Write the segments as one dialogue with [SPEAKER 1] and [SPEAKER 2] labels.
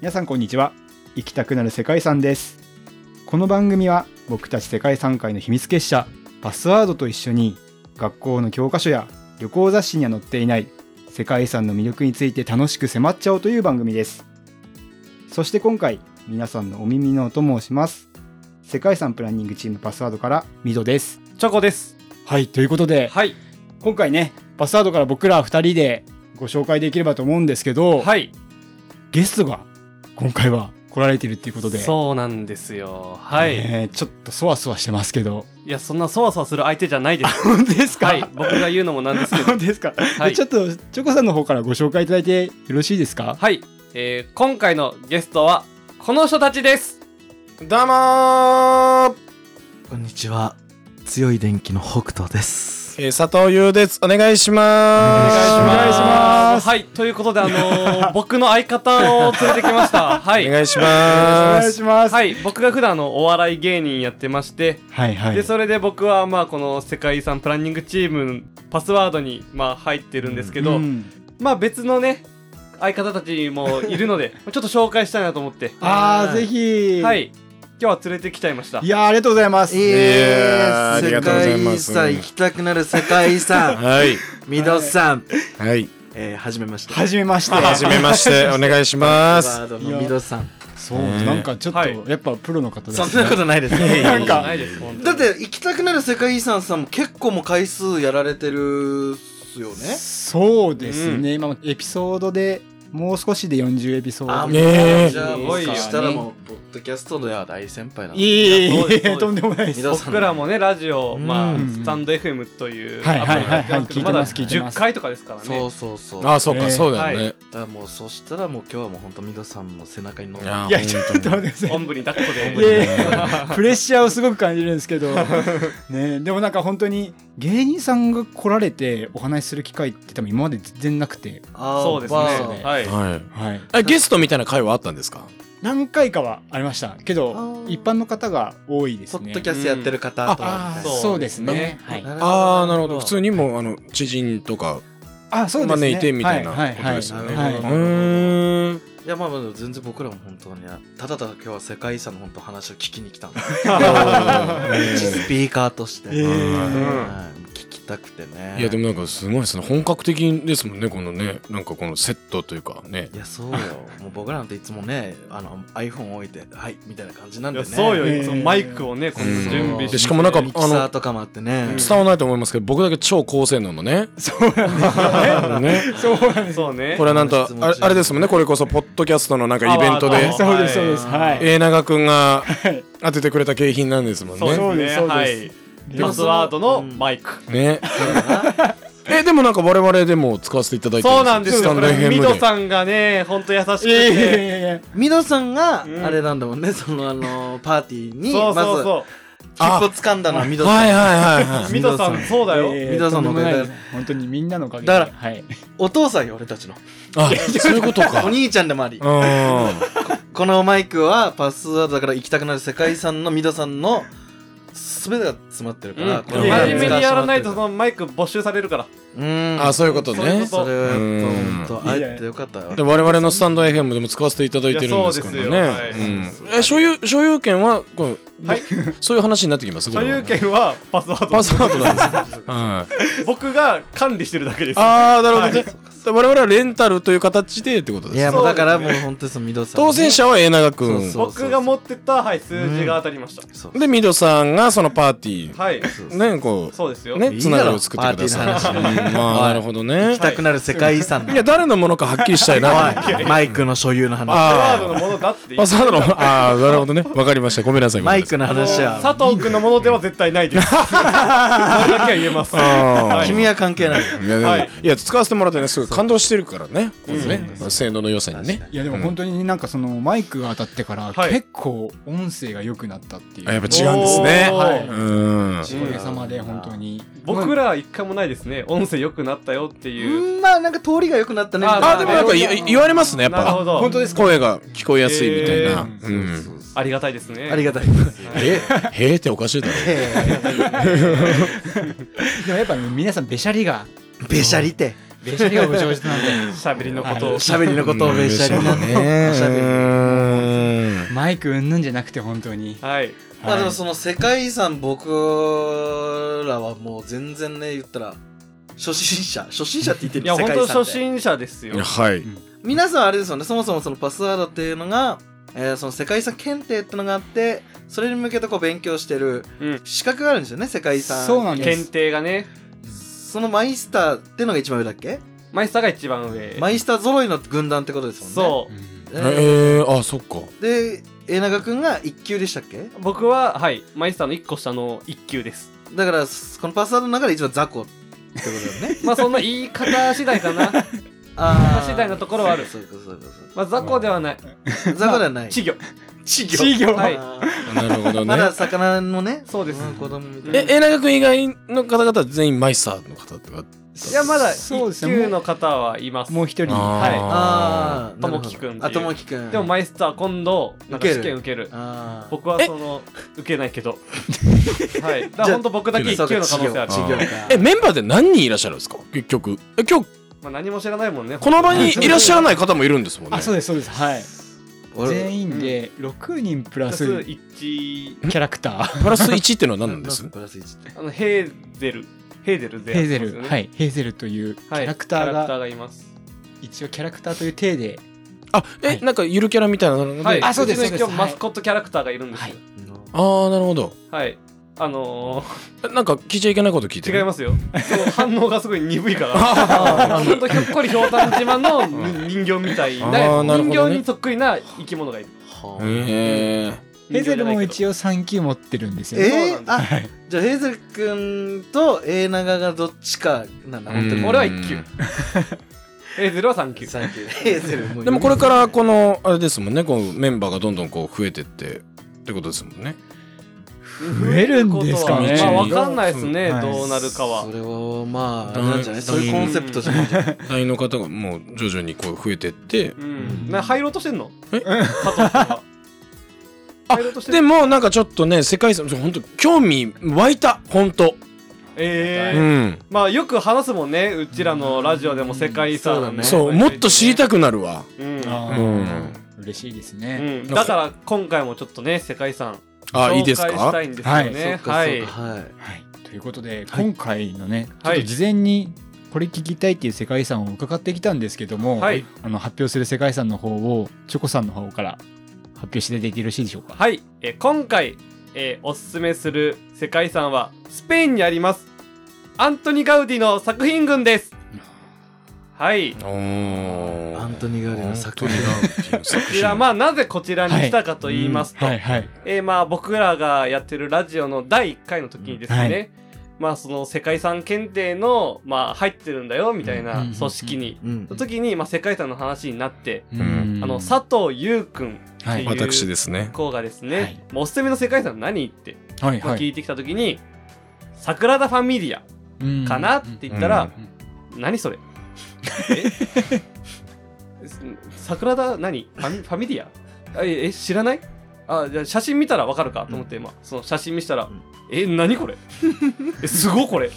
[SPEAKER 1] 皆さんこんにちは行きたくなる世界遺産ですこの番組は僕たち世界遺産会の秘密結社パスワードと一緒に学校の教科書や旅行雑誌には載っていない世界遺産の魅力について楽しく迫っちゃおうという番組ですそして今回皆さんのお耳のお供をします世界遺産プランニングチームパスワードからミドです
[SPEAKER 2] チョコです。
[SPEAKER 1] はいということで
[SPEAKER 2] はい。
[SPEAKER 1] 今回ねパスワードから僕ら2人でご紹介できればと思うんですけど、
[SPEAKER 2] はい。
[SPEAKER 1] ゲストが今回は来られてるっていうことで
[SPEAKER 2] そうなんですよ。はい。
[SPEAKER 1] えーちょっとそわそわしてますけど
[SPEAKER 2] いや、そんなそわそわする相手じゃな いです。
[SPEAKER 1] 本当ですか、
[SPEAKER 2] はい。僕が言うのもなんですけど
[SPEAKER 1] 本。当ですか、
[SPEAKER 2] は
[SPEAKER 1] で
[SPEAKER 2] い
[SPEAKER 1] ちょ。っとチョコさんの方からご紹介いただいてよろしいですか
[SPEAKER 2] はい。えー、今回のゲストは、この人たちです。
[SPEAKER 3] どうもー、
[SPEAKER 4] こんにちは。強い電気の北斗です。
[SPEAKER 3] えー、佐藤優です。お願いしまーす。
[SPEAKER 1] お願いします
[SPEAKER 2] はい。ということで、あのー 僕の相方を連れてきました。はい。
[SPEAKER 3] お願いしまーす。
[SPEAKER 1] しま
[SPEAKER 2] はい。僕が普段、あの、お笑い芸人やってまして、
[SPEAKER 1] はいはい
[SPEAKER 2] でそれで僕はまあこの世界遺産プランニングチームパスワードにまあ入ってるんですけど、
[SPEAKER 1] うん
[SPEAKER 2] まあ別のね相方たちもいる のでちょっと紹介したいなと思って
[SPEAKER 1] あーぜひ
[SPEAKER 2] はい今日は連れてきちゃいました
[SPEAKER 1] いやーありがとうございます、
[SPEAKER 3] やーあり
[SPEAKER 4] 世
[SPEAKER 3] がとうござい
[SPEAKER 4] 界
[SPEAKER 3] ま
[SPEAKER 4] 遺
[SPEAKER 3] す
[SPEAKER 4] 産行きたくなる世界遺産。
[SPEAKER 3] はい。
[SPEAKER 4] みどさん。
[SPEAKER 3] はい。
[SPEAKER 4] えー、はじめまして。
[SPEAKER 1] はじめま して
[SPEAKER 3] はじめまして、お願いしまーす。
[SPEAKER 4] ワードのみどさん。
[SPEAKER 1] そう、
[SPEAKER 3] ね
[SPEAKER 1] なんかちょっと、
[SPEAKER 2] はい
[SPEAKER 1] やっぱプロの方です
[SPEAKER 4] そ
[SPEAKER 1] ね
[SPEAKER 4] んなことないですね。
[SPEAKER 1] なんか
[SPEAKER 2] ないです本当
[SPEAKER 4] だっ
[SPEAKER 2] に
[SPEAKER 4] て、行きたくなる世界遺産さんも結構もう回数やられてるっすよね。
[SPEAKER 1] そうですね、今エピソードでもう少しで40エピソード
[SPEAKER 4] あ、もう、
[SPEAKER 3] ねえ
[SPEAKER 4] じゃあ、もしかしたらもう、ポッドキャストでは大先輩なん
[SPEAKER 1] いえいえい
[SPEAKER 2] そうですそ
[SPEAKER 1] え
[SPEAKER 2] うです
[SPEAKER 1] とんでもないです
[SPEAKER 4] みどさん。
[SPEAKER 2] 僕らもねラジオ、まあ
[SPEAKER 1] うん
[SPEAKER 2] スタンド FM という
[SPEAKER 1] はい
[SPEAKER 2] アプリ
[SPEAKER 1] はいはいはい
[SPEAKER 2] やってますけど
[SPEAKER 1] 聞いてます聞いてます
[SPEAKER 2] だ10回とかですから
[SPEAKER 4] そ
[SPEAKER 2] ね
[SPEAKER 4] うそうそう。
[SPEAKER 3] あ、そう
[SPEAKER 1] えー
[SPEAKER 3] か、そうだよね。
[SPEAKER 4] だからもう、そしたらもう今日はもう本当みどさんも背中に乗って。
[SPEAKER 3] あー
[SPEAKER 1] いやちょっと待ってください
[SPEAKER 2] おんぶに抱っこで
[SPEAKER 1] い やいやプレッシャーをすごく感じるんですけど、ね、でもなんか本当に芸人さんが来られてお話しする機会って多分今まで全然なくて、
[SPEAKER 4] あー
[SPEAKER 2] そうですね
[SPEAKER 4] バー
[SPEAKER 2] はい
[SPEAKER 3] はい。
[SPEAKER 1] はい、
[SPEAKER 3] あ、ゲストみたいな会はあったんですか
[SPEAKER 1] 何回かはありましたけ
[SPEAKER 4] あ
[SPEAKER 1] ど
[SPEAKER 4] ー
[SPEAKER 1] 一般の方が多いです
[SPEAKER 4] ポ
[SPEAKER 1] ね
[SPEAKER 4] ッドキャストやってる方とか
[SPEAKER 1] あー
[SPEAKER 4] みたいな
[SPEAKER 1] そうですね
[SPEAKER 4] なるほど
[SPEAKER 3] あー、なるほど。普通にもう、あの、知人とか。
[SPEAKER 1] あそうですね
[SPEAKER 3] 招いてみたいな
[SPEAKER 1] はいはい
[SPEAKER 3] こと
[SPEAKER 1] はい
[SPEAKER 3] ですよ
[SPEAKER 4] ね
[SPEAKER 1] は
[SPEAKER 3] う
[SPEAKER 1] い
[SPEAKER 4] ん
[SPEAKER 3] ーん。
[SPEAKER 4] いやまあまあ全然僕らも本当にただただ今日は世界遺産の本当話を聞きに来たんでスピーカーとして、
[SPEAKER 1] えー
[SPEAKER 4] はい聞きたくてね
[SPEAKER 3] いや、でもなんか、すごいですね。本格的ですもんね、このね。なんか、このセットというか、ね。
[SPEAKER 4] いやそうよもう僕らなんていつもねあの iPhone 置いてはいみたいな感じなん
[SPEAKER 2] い
[SPEAKER 4] で
[SPEAKER 2] や
[SPEAKER 4] ね
[SPEAKER 2] そうよ、
[SPEAKER 1] ねえ
[SPEAKER 2] そのマイクをねこの
[SPEAKER 3] うん
[SPEAKER 2] 準備して
[SPEAKER 3] でしかもなんか
[SPEAKER 4] ミキサーとかもあってね
[SPEAKER 3] 伝わらないと思いますけど、僕だけ超高性能のね。
[SPEAKER 1] そうなんですよね
[SPEAKER 3] ね。
[SPEAKER 1] そうなんです
[SPEAKER 2] そうね
[SPEAKER 3] これはなんと
[SPEAKER 4] 質問
[SPEAKER 3] あれ
[SPEAKER 4] 中
[SPEAKER 3] あれですもんねこれこそポッドキャストのなんかイベント
[SPEAKER 2] パワー
[SPEAKER 3] で
[SPEAKER 2] と
[SPEAKER 1] そうですそうですはい
[SPEAKER 3] 永永くんが
[SPEAKER 1] い
[SPEAKER 3] 当ててくれた景品なんですもん
[SPEAKER 2] そう
[SPEAKER 3] ね。
[SPEAKER 1] そう
[SPEAKER 2] で
[SPEAKER 1] ですすそ
[SPEAKER 2] ね
[SPEAKER 1] うです
[SPEAKER 2] はい
[SPEAKER 1] で
[SPEAKER 2] パ
[SPEAKER 1] も
[SPEAKER 2] スワードの
[SPEAKER 4] うん
[SPEAKER 2] マイク
[SPEAKER 3] ね。えでもなんか我々でも使わせていただいて
[SPEAKER 2] そうなんですよ
[SPEAKER 3] スタ
[SPEAKER 2] こ
[SPEAKER 3] ンド
[SPEAKER 2] れ
[SPEAKER 3] FM
[SPEAKER 2] ミド
[SPEAKER 3] で。
[SPEAKER 2] さんがねほんと優しく
[SPEAKER 1] いやいや
[SPEAKER 2] て
[SPEAKER 1] いやいや
[SPEAKER 4] ミノさんが
[SPEAKER 2] うん
[SPEAKER 4] あれなんだもんね、そのあのパーティーに
[SPEAKER 2] そう
[SPEAKER 4] ま
[SPEAKER 2] そう
[SPEAKER 4] ず
[SPEAKER 2] そ
[SPEAKER 4] 切符を掴んだのはミノさん、
[SPEAKER 3] はいはいはい は
[SPEAKER 2] うミドさんそうだよ
[SPEAKER 1] いやいや
[SPEAKER 4] 皆さんのおかげ
[SPEAKER 1] とでもな
[SPEAKER 4] で
[SPEAKER 1] いです本当にみんなのおかげで
[SPEAKER 4] だから
[SPEAKER 1] はい
[SPEAKER 4] お父さんよ俺たちの
[SPEAKER 3] い。あそういうことか。
[SPEAKER 4] お兄ちゃんでもあり
[SPEAKER 3] う
[SPEAKER 4] このマイクはパスワードだから行きたくなる世界遺産のミドさんの全てが詰まってるから、
[SPEAKER 2] うん
[SPEAKER 4] こ
[SPEAKER 2] 真
[SPEAKER 4] れ
[SPEAKER 3] まだ
[SPEAKER 2] 面目にやらないとそ
[SPEAKER 4] の
[SPEAKER 2] のマイク没収されるから
[SPEAKER 4] うん
[SPEAKER 3] ん。あそういうこと
[SPEAKER 2] そういうこと。
[SPEAKER 3] ね
[SPEAKER 4] それは
[SPEAKER 3] うん
[SPEAKER 4] 本当あえてよかったよ
[SPEAKER 3] で我々のスタンド FM でも使わせていただいてるんですけど
[SPEAKER 2] いやそう
[SPEAKER 3] ね
[SPEAKER 2] ですよ
[SPEAKER 3] うん。え所有所有権はこう
[SPEAKER 2] はい
[SPEAKER 3] そういう話になってきます。こ
[SPEAKER 2] 所
[SPEAKER 3] れは
[SPEAKER 2] 有権はパスワード
[SPEAKER 3] パスワードなんです。はい。
[SPEAKER 2] 僕が管理してるだけです
[SPEAKER 3] ああ、なるほどね。我々はレンタルという形でってことです
[SPEAKER 4] い
[SPEAKER 3] ね。
[SPEAKER 4] や
[SPEAKER 2] そ
[SPEAKER 4] も
[SPEAKER 2] う
[SPEAKER 4] うだからもう本当にそのミドさん
[SPEAKER 3] 当選者は永長く
[SPEAKER 4] そうそ
[SPEAKER 3] ん。
[SPEAKER 4] う
[SPEAKER 2] 僕が持ってた、はい、数字が当たりました、
[SPEAKER 4] そう
[SPEAKER 3] で、ミドさんがそのパーティ
[SPEAKER 2] はい
[SPEAKER 3] ー、ね、こ
[SPEAKER 2] そうです
[SPEAKER 3] う、
[SPEAKER 2] よ、
[SPEAKER 3] ね、
[SPEAKER 4] い
[SPEAKER 3] つ
[SPEAKER 4] い
[SPEAKER 3] な
[SPEAKER 4] だ
[SPEAKER 3] がり
[SPEAKER 4] ろ
[SPEAKER 3] を作ってくだ
[SPEAKER 4] パーテ
[SPEAKER 3] さ
[SPEAKER 4] ィ
[SPEAKER 3] い。
[SPEAKER 4] ーの話
[SPEAKER 3] うんまあ、なるほどね
[SPEAKER 4] 行き。たくなる世界遺産
[SPEAKER 3] いや、誰のものかはっきりしたいな。あ
[SPEAKER 4] マイクの所有の話
[SPEAKER 2] パスワード
[SPEAKER 3] あ
[SPEAKER 2] のものだって
[SPEAKER 3] ー。パスワードの、ああ、なるほどね。わかりました。ごめんなさい。ごめ
[SPEAKER 4] マ
[SPEAKER 3] ん
[SPEAKER 4] イ
[SPEAKER 3] なさい
[SPEAKER 4] クの
[SPEAKER 2] あの
[SPEAKER 4] 話は
[SPEAKER 2] 佐藤君のものでは絶対ない ですそれだけは言えます
[SPEAKER 3] あー
[SPEAKER 4] 君は関係ない
[SPEAKER 3] いや、で
[SPEAKER 2] は
[SPEAKER 3] も
[SPEAKER 2] い
[SPEAKER 3] いや、使わせてもらってね、すごい感動してるからね。このね、性能の良さにね。
[SPEAKER 1] いやでも本当になんかそのマイクが当たってから
[SPEAKER 2] はい
[SPEAKER 1] 結構音声が良くなったっていう、
[SPEAKER 3] あやっぱ違うんですね
[SPEAKER 2] おー
[SPEAKER 1] はい
[SPEAKER 3] うん。
[SPEAKER 1] おかげさまで本当に
[SPEAKER 2] 僕らは一回もないですね音声良くなったよっていう、
[SPEAKER 4] うんまあなんか通りが良くなったね
[SPEAKER 2] あ
[SPEAKER 4] みたいな
[SPEAKER 3] あ、でもやっぱい言われますね、やっ
[SPEAKER 2] なるほ
[SPEAKER 3] ぱ。
[SPEAKER 2] ど
[SPEAKER 1] 本当ですか
[SPEAKER 3] 声が聞こえやすいみたいな。
[SPEAKER 1] え
[SPEAKER 3] うん。
[SPEAKER 2] ありがたいですね
[SPEAKER 4] ありがたいです
[SPEAKER 3] え へえっておかしいだろ。
[SPEAKER 4] え
[SPEAKER 1] でもやっぱね皆さんべしゃりが
[SPEAKER 4] ーべしゃりて
[SPEAKER 5] べしゃりがお上手なんで。
[SPEAKER 2] しゃべりのことを。
[SPEAKER 4] 喋りのことをめっちゃりなね。
[SPEAKER 3] ね
[SPEAKER 4] おしゃべり
[SPEAKER 3] うん
[SPEAKER 5] マイクうんぬんじゃなくて本当に。
[SPEAKER 2] はい。
[SPEAKER 4] まあでも
[SPEAKER 5] はい
[SPEAKER 4] その世界遺産僕らはもう全然ね、言ったら、初 心者、初心者って言ってる
[SPEAKER 2] いや、
[SPEAKER 4] 世
[SPEAKER 2] 本
[SPEAKER 4] 界遺
[SPEAKER 2] 当
[SPEAKER 4] 産
[SPEAKER 2] 初
[SPEAKER 4] って。
[SPEAKER 2] 心者ですよ。
[SPEAKER 3] はい。
[SPEAKER 4] 皆さんあれですよね、そもそもそのパスワードっていうのが、えーその世界遺産検定ってのがあって、それに向けてこう勉強してる
[SPEAKER 2] うん
[SPEAKER 4] 資格があるんですよね、世界遺産。
[SPEAKER 5] そうなんで
[SPEAKER 2] 検
[SPEAKER 5] す。
[SPEAKER 2] 定がね、
[SPEAKER 4] そのマイスターってのが一番上だっけ
[SPEAKER 2] マイスターが一番上。
[SPEAKER 4] マイスター揃いの軍団ってことですもんね。
[SPEAKER 2] そうう。
[SPEAKER 5] ん
[SPEAKER 4] え
[SPEAKER 3] え
[SPEAKER 4] ー
[SPEAKER 3] ー、あ、そっか。
[SPEAKER 4] で、えながくんが1級でしたっけ
[SPEAKER 2] 僕は、はい、マイスターの一個下の一級です。
[SPEAKER 4] だから、このパスワードの中で一番雑魚ってことだよね。
[SPEAKER 2] まあ、そんな言い方次第かな。
[SPEAKER 4] あ
[SPEAKER 2] ー次第のところはある
[SPEAKER 4] そうかそうかそうか。
[SPEAKER 2] まあ、雑魚ではない。
[SPEAKER 4] 雑魚ではない。
[SPEAKER 2] 稚魚。
[SPEAKER 4] 稚
[SPEAKER 2] 稚魚はい
[SPEAKER 3] なるほど
[SPEAKER 4] ま
[SPEAKER 3] ね
[SPEAKER 4] だ。魚のね、
[SPEAKER 2] そうです
[SPEAKER 4] ん子供みたいな。
[SPEAKER 3] え、えながくん以外の方々は全員マイスターの方とか。
[SPEAKER 2] いや、まだ
[SPEAKER 1] そうで
[SPEAKER 2] 一
[SPEAKER 1] すね
[SPEAKER 2] 級の方はいます。
[SPEAKER 1] もう一人
[SPEAKER 2] はい
[SPEAKER 3] あ
[SPEAKER 4] ああ、
[SPEAKER 2] と
[SPEAKER 4] なるほど
[SPEAKER 2] もきくんっていう
[SPEAKER 4] あ、ともきくん。
[SPEAKER 2] でも、マイスター今度、なんか
[SPEAKER 4] 受ける
[SPEAKER 2] 試験受ける。
[SPEAKER 4] あー
[SPEAKER 2] 僕はその、受けないけど。はい。だか
[SPEAKER 4] じゃ
[SPEAKER 2] ら
[SPEAKER 4] あ
[SPEAKER 2] 本当僕だけ一級の可能性ある
[SPEAKER 4] そ。うか稚魚
[SPEAKER 3] ーえ、メンバーで何人いらっしゃるんですか結局。え、今日、
[SPEAKER 2] まあ、何も知らないもんね。
[SPEAKER 3] この場にいらっしゃらない方もいるんですもんね。
[SPEAKER 1] あそうですそうですはい
[SPEAKER 4] 俺
[SPEAKER 1] 全員で6人プ
[SPEAKER 2] プ
[SPEAKER 1] ラ
[SPEAKER 2] ラ
[SPEAKER 1] ス
[SPEAKER 2] ス
[SPEAKER 1] キ
[SPEAKER 2] 1、
[SPEAKER 1] ャラクタ
[SPEAKER 3] プラス1ってのは何なんで
[SPEAKER 4] な
[SPEAKER 3] す
[SPEAKER 4] プラス一って
[SPEAKER 2] あの、ヘーゼル。ヘーゼル
[SPEAKER 1] ー
[SPEAKER 2] で、。
[SPEAKER 1] ヘーゼル、はいいヘーゼルというキ
[SPEAKER 2] はい
[SPEAKER 1] ャラクター
[SPEAKER 2] キャラクタ
[SPEAKER 1] が
[SPEAKER 2] ーがいます。
[SPEAKER 1] 一応キャラクターという体で
[SPEAKER 3] あ、
[SPEAKER 1] は
[SPEAKER 3] え、
[SPEAKER 1] い
[SPEAKER 3] なんかゆるキャラみたいなので。
[SPEAKER 2] はい。
[SPEAKER 1] あそうです
[SPEAKER 2] ちの
[SPEAKER 1] そう
[SPEAKER 2] 今
[SPEAKER 1] で
[SPEAKER 2] 日
[SPEAKER 1] す
[SPEAKER 2] マスコットキャラクターがいるんですよ。
[SPEAKER 3] あー、なるほど。
[SPEAKER 2] はい。あの
[SPEAKER 3] えなんか聞いちゃいけないこと聞いて
[SPEAKER 2] ー、
[SPEAKER 3] る。
[SPEAKER 2] 違いますよ。その反応がすごい鈍 いから。ほんとひょっこりひょうたん島のに人形みたいな、
[SPEAKER 3] あーなるほどね
[SPEAKER 2] 人形にそっくりな生き物がいる。
[SPEAKER 4] はあ
[SPEAKER 3] へー。
[SPEAKER 1] ヘーゼルも
[SPEAKER 2] 応。
[SPEAKER 1] 一応3級持ってるんですよ、ね、
[SPEAKER 4] え
[SPEAKER 2] そう
[SPEAKER 4] ー、
[SPEAKER 2] な
[SPEAKER 4] あじゃあヘイゼル君とエーナガがどっちかなんだ本当に
[SPEAKER 2] うん俺は一級ヘーゼルは3級。
[SPEAKER 4] サンキューヘイゼルう
[SPEAKER 3] でもこれからこのあれですもんねこうメンバーがどんどんこう増えてってってことですもんね
[SPEAKER 1] 増えるんですかね
[SPEAKER 2] まあ、わかんないですね、
[SPEAKER 1] はい
[SPEAKER 2] どうなるかは
[SPEAKER 4] そ。れはまああ
[SPEAKER 3] う
[SPEAKER 4] れ
[SPEAKER 3] ん
[SPEAKER 4] なんじゃないそういうコンセプトじゃないじゃない
[SPEAKER 3] 代の方がもう徐々にこう増えてって
[SPEAKER 2] うん。な入ろうとしてんの
[SPEAKER 3] え
[SPEAKER 2] 加藤君は。 入ろうとして
[SPEAKER 3] で
[SPEAKER 2] る
[SPEAKER 3] もなんかちょっとね世界遺産本当興味湧いた本当う
[SPEAKER 2] ええ。
[SPEAKER 3] ん
[SPEAKER 2] まあ、よく話すもんね、うちらのラジオでも世界遺産
[SPEAKER 4] そうだね
[SPEAKER 3] そうもっと知りたくなるわ
[SPEAKER 2] うん
[SPEAKER 1] あ
[SPEAKER 3] う
[SPEAKER 1] ー
[SPEAKER 3] ん
[SPEAKER 1] 嬉しいです
[SPEAKER 2] う
[SPEAKER 1] ね、
[SPEAKER 2] ん、だから今回もちょっとね世界遺産
[SPEAKER 3] あいいです
[SPEAKER 2] 紹介し
[SPEAKER 3] か
[SPEAKER 2] たいんですよ
[SPEAKER 4] そ
[SPEAKER 2] ね
[SPEAKER 4] っか
[SPEAKER 2] は
[SPEAKER 4] そ
[SPEAKER 2] いう
[SPEAKER 4] かはい
[SPEAKER 1] はい、ということで今回のね、
[SPEAKER 2] は
[SPEAKER 1] ちょっと
[SPEAKER 2] い
[SPEAKER 1] 事前にこれ聞きたいっていう世界遺産を伺ってきたんですけども、
[SPEAKER 2] はい
[SPEAKER 1] あの発表する世界遺産の方をチョコさんの方から発表していただいてよろしいでしょうか
[SPEAKER 2] はい、えー今回、えーおすすめする世界遺産はスペインにありますアントニ・ガウディの作品群ですはいこ
[SPEAKER 3] おー
[SPEAKER 4] アントニー・ガーリの作品
[SPEAKER 3] アントニーガウディの作品
[SPEAKER 2] ちらまあなぜこちらに来たかと言いますと、
[SPEAKER 1] はいはい
[SPEAKER 2] えーまあ僕らがやってるラジオの第1回の時にですね、
[SPEAKER 1] はい
[SPEAKER 2] まあその世界遺産検定のまあ入ってるんだよみたいな組織に、
[SPEAKER 4] うん
[SPEAKER 2] その時にまあ世界遺産の話になって、
[SPEAKER 3] うん
[SPEAKER 2] あの佐藤優くん
[SPEAKER 1] は
[SPEAKER 2] っ
[SPEAKER 1] い
[SPEAKER 2] ていう
[SPEAKER 3] 私ですね
[SPEAKER 2] 子がです
[SPEAKER 1] は
[SPEAKER 2] ね
[SPEAKER 1] い、
[SPEAKER 2] まあおすすめの世界遺産何って
[SPEAKER 1] はい
[SPEAKER 2] まあ
[SPEAKER 1] は
[SPEAKER 2] 聞
[SPEAKER 1] い
[SPEAKER 2] いてきた時に、サグラダ・ファミリアかなって言ったら、何それ えサグラダ何ファミファミリアあええ知らないあじゃあ写真見たらわかるかと思って、まあ、その写真見したら、
[SPEAKER 4] ん
[SPEAKER 2] え何これえすごいこれ